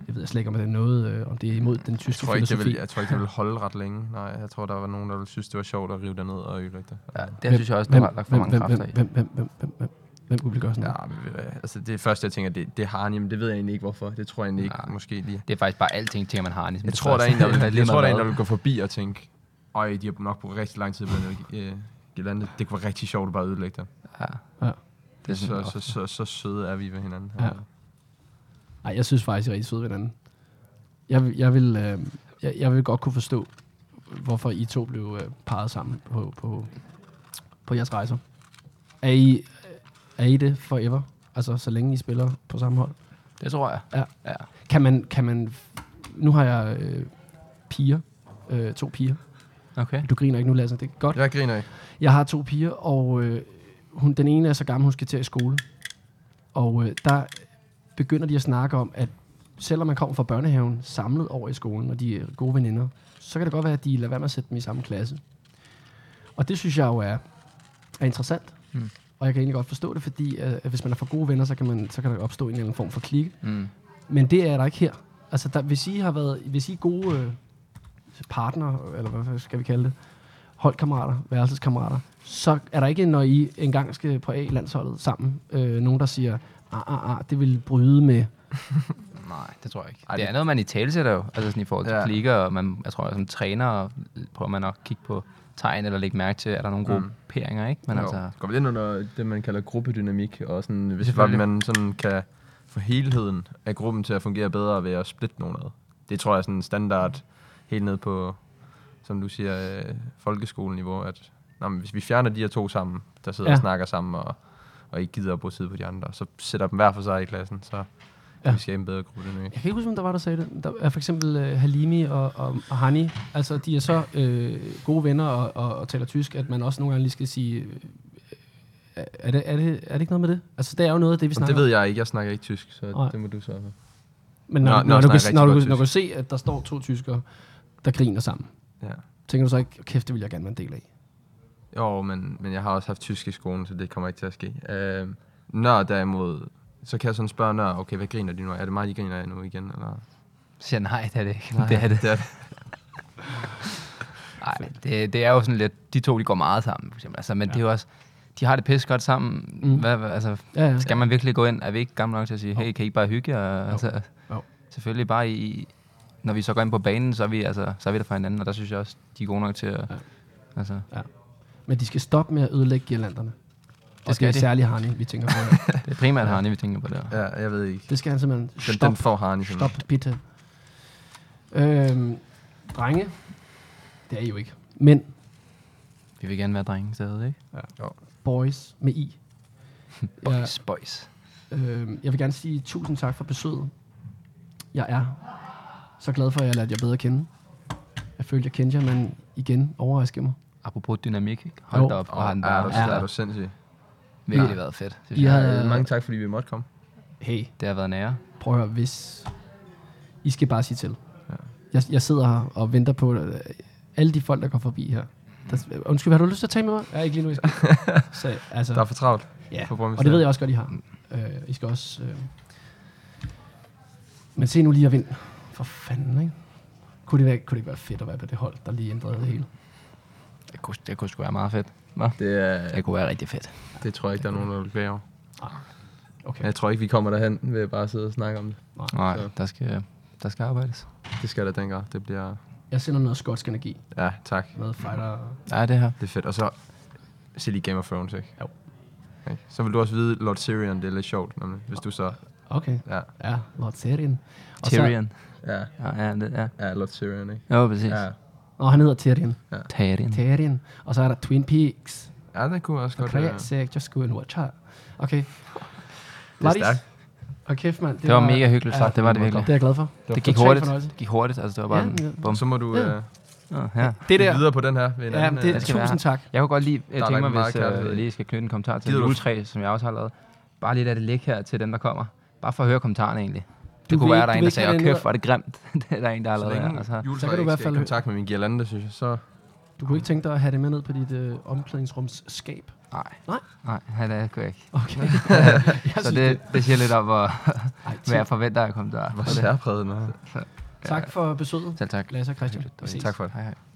Jeg ved jeg slet ikke, om det er noget, øh, om det er imod den jeg tyske tror, ikke, det filosofi. vil, jeg tror ikke, det vil holde ret længe. Nej, jeg tror, der var nogen, der ville synes, det var sjovt at rive derned og ødelægge det. ja det synes jeg også, der var lagt for mange hvem, kræfter i. hvem, hvem, hvem, hvem, hvem, hvem kunne ville gøre sådan noget? Ja, men, ved du hvad, altså det første, jeg tænker, det, det har han, jamen det ved jeg egentlig ikke, hvorfor. Det tror jeg egentlig ikke, Nej. måske lige. Det er faktisk bare alting, tænker man har. Ligesom Jeg det tror, der er en, første. der vil, Det lige jeg tror, meget der, er en, der hvad. vil gå forbi og tænke, øj, de har nok brugt rigtig lang tid på den øh, girlande. Det kunne være rigtig sjovt at bare ødelægge den. Ja. Ja. Det er Så, sådan, så, så, så søde er vi ved hinanden. Ja. Nej, jeg synes faktisk, I er rigtig søde ved hinanden. Jeg, vil- jeg, vil, øh, jeg, jeg vil godt kunne forstå, hvorfor I to blev øh, parret sammen på, på, på jeres rejser. Er I, er I det forever? Altså, så længe I spiller på samme hold? det tror jeg. Ja. ja. Kan man, kan man nu har jeg øh, piger, øh, to piger. Okay. Du griner ikke nu, Lasse, det er godt. Jeg griner ikke. Jeg har to piger, og øh, hun, den ene er så gammel, hun skal til i skole. Og øh, der begynder de at snakke om, at selvom man kommer fra børnehaven samlet over i skolen, og de er gode veninder, så kan det godt være, at de lader være med at sætte dem i samme klasse. Og det synes jeg jo er, er interessant. Mm. Mm. Og jeg kan egentlig godt forstå det, fordi øh, at hvis man er for gode venner, så kan, man, så kan der opstå en eller anden form for klikke. Mm. Men det er der ikke her. Altså, der, hvis I har været, hvis I er gode øh, partner, eller hvad skal vi kalde det, holdkammerater, værelseskammerater, så er der ikke, når I engang skal på A-landsholdet sammen, øh, nogen, der siger, ah, ah, ah, det vil bryde med. Nej, det tror jeg ikke. Ej, Ej, det det- er noget, man i tale sætter jo, altså sådan i forhold til Ja. ja. klikker, og man, jeg tror, som træner prøver man at kigge på tegn eller lægge mærke til, er der nogle Mm. grupperinger, ikke? Men Jo. altså, Går vi ind under det, man kalder gruppedynamik, og sådan, hvis bare Selvfølgelig. man sådan kan få helheden af gruppen til at fungere bedre ved at splitte nogen ad. Det tror jeg er sådan en standard helt ned på, som du siger, øh, folkeskoleniveau, at nå, men hvis vi fjerner de her to sammen, der sidder Ja. ja. og snakker sammen, og, og ikke gider at bruge tid på de andre, så sætter dem hver for sig i klassen, så Ja. ja. vi skabe en bedre gruppedynamik. Jeg kan ikke huske, hvem der var, der sagde det. Der er for eksempel øh, Halimi og, og, og Hani. Altså, de er så øh, gode venner og, og, og taler tysk, at man også nogle gange lige skal sige, øh, er, det, er, det, er det ikke noget med det? Altså, det er jo noget af det, vi Jamen, snakker det ved jeg ikke, jeg snakker ikke tysk, så Nej. det må du så for. Men når, Nå, når, nå, når, du, snakker kan, rigtig når, du, godt kan- når du kan se, at der står to tyskere, der griner sammen, Ja. tænker du så ikke, kæft, det vil jeg gerne være en del af. Jo, men, men jeg har også haft tysk i skolen, så det kommer ikke til at ske. Øh, nør derimod, så kan jeg sådan spørge nør, okay, hvad griner de nu? af? Er det mig, de griner af nu igen? Eller? så siger jeg, nej, det er det ikke. Nej, det er det. det, er det. Nej, det, det er jo sådan lidt, de to, de går meget sammen, for eksempel. Altså, men ja. det er jo også, de har det pisse godt sammen. Mm. Mm. Hvad, hvad- altså, Ja, ja. skal man virkelig gå ind? Er vi ikke gamle nok til at sige, hey, kan I ikke bare hygge jer? Altså, Jo. selvfølgelig bare i, når vi så går ind på banen, så er vi, altså, så er vi der for hinanden, og der synes jeg også, de er gode nok til at... Ja. Altså, Men de skal stoppe med at ødelægge girlanderne. Det skal skal det de. er særlig Harni, vi tænker på. her. det er primært Harni, vi tænker på der. Ja. Ja, jeg ved ikke. det skal han simpelthen Den, stoppe. den får Harni Stop, simpelthen. bitte. Øhm, drenge, det er I jo ikke. Men Vi vil gerne være drenge stadig, ikke? boys med i. Jeg, Boys, boys. øhm, jeg vil gerne sige tusind tak for besøget. Jeg er så glad for, at jeg lærte jer bedre at kende. Jeg følte, jeg kendte jer, men igen overraskede mig. Apropos dynamik, ikke? Hold Jo. da op, og Åh, han ja, bare du- ja, ja, ja. du er sindssyg. virkelig været fedt. Synes I jeg. har, Øh, Mange tak, fordi vi måtte komme. hey, Det har været nære. prøv at høre, hvis... I skal bare sige til. Jeg, jeg sidder her og venter på øh, alle de folk, der går forbi her. Der, undskyld, har du lyst til at tale med mig? Ja, ikke lige nu. Jeg skal. Så, altså, Der er for travlt. Ja, på Brøndby og det ved Stadion. jeg også godt, I har. Øh, I skal også... Øh... Men se nu lige at vinde. For fanden, ikke? Kunne det, være, kunne det ikke være fedt at være på det hold, der lige ændrede det hele? Det kunne, det kunne sgu være meget fedt. Hva? Det, er, Det kunne være rigtig fedt. det tror jeg ikke, der er nogen, der vil klage over. Okay. Jeg tror ikke, vi kommer derhen ved bare at sidde og snakke om det. Nej, Så. der skal, der skal arbejdes. Det skal der dengang. Det bliver... Jeg sender noget skotsk energi. Ja, tak. Noget fighter... Ja, det her. Det er fedt. Og så se lige Game of Thrones, ikke? Jo. Ikke? Så vil du også vide, Lord Tyrion, det er lidt sjovt, nemlig, hvis du så... Okay. Ja, Ja, Lord Tyrion. Og så- Tyrion. ja, Ja, ja, det, ja. ja Lord Tyrion, ikke? Jo, præcis. Ja, Ja. Og han hedder Tyrion. Mm. Tyrion. Tyrion. Og så er der Twin Peaks. ja det kunne også For godt crack's være. sake, just go and watch her. Okay. Det er Ladies. stærkt. Og kæft, mand. Det var mega hyggeligt sagt, det var det virkelig. Det er jeg glad for. Det gik total hurtigt. fornøjelse. Det gik hurtigt, altså det var bare Ja, ja, ja. en bum. Så må du Ja. øh, Ja, ja. Det der. videre på den her. Ved en Ja, anden, men det, øh, skal være tusind tak. Jeg kunne godt lige jeg er tænke rigtig mig, meget hvis jeg kaffe i. lige skal knytte en kommentar til Gider du- juletræ, som jeg også har lavet. Bare lige lade det ligge her til dem, der kommer. Bare for at høre kommentarerne egentlig. Det Du kunne ved være, ikke- der er du ved en, der ikke, sagde, hvad åh det kæft, hvor er det grimt. det er der en, der har Så lavet her. længe Altså, Så juletræet kan du i ikke hvert skal fald- i kontakt med min girlande, synes jeg, så Du kunne ikke tænke dig at have det med ned på dit øh, omklædningsrumsskab? nej, Nej. nej, det kunne jeg ikke. Okay. jeg Så det, det siger lidt om, hvor, Ej, hvad jeg tak, forventer, at komme der. var særpræget den her. tak for besøget. Selv tak. Lasse og Christian. Vi ses. Tak for det. Hej, hej.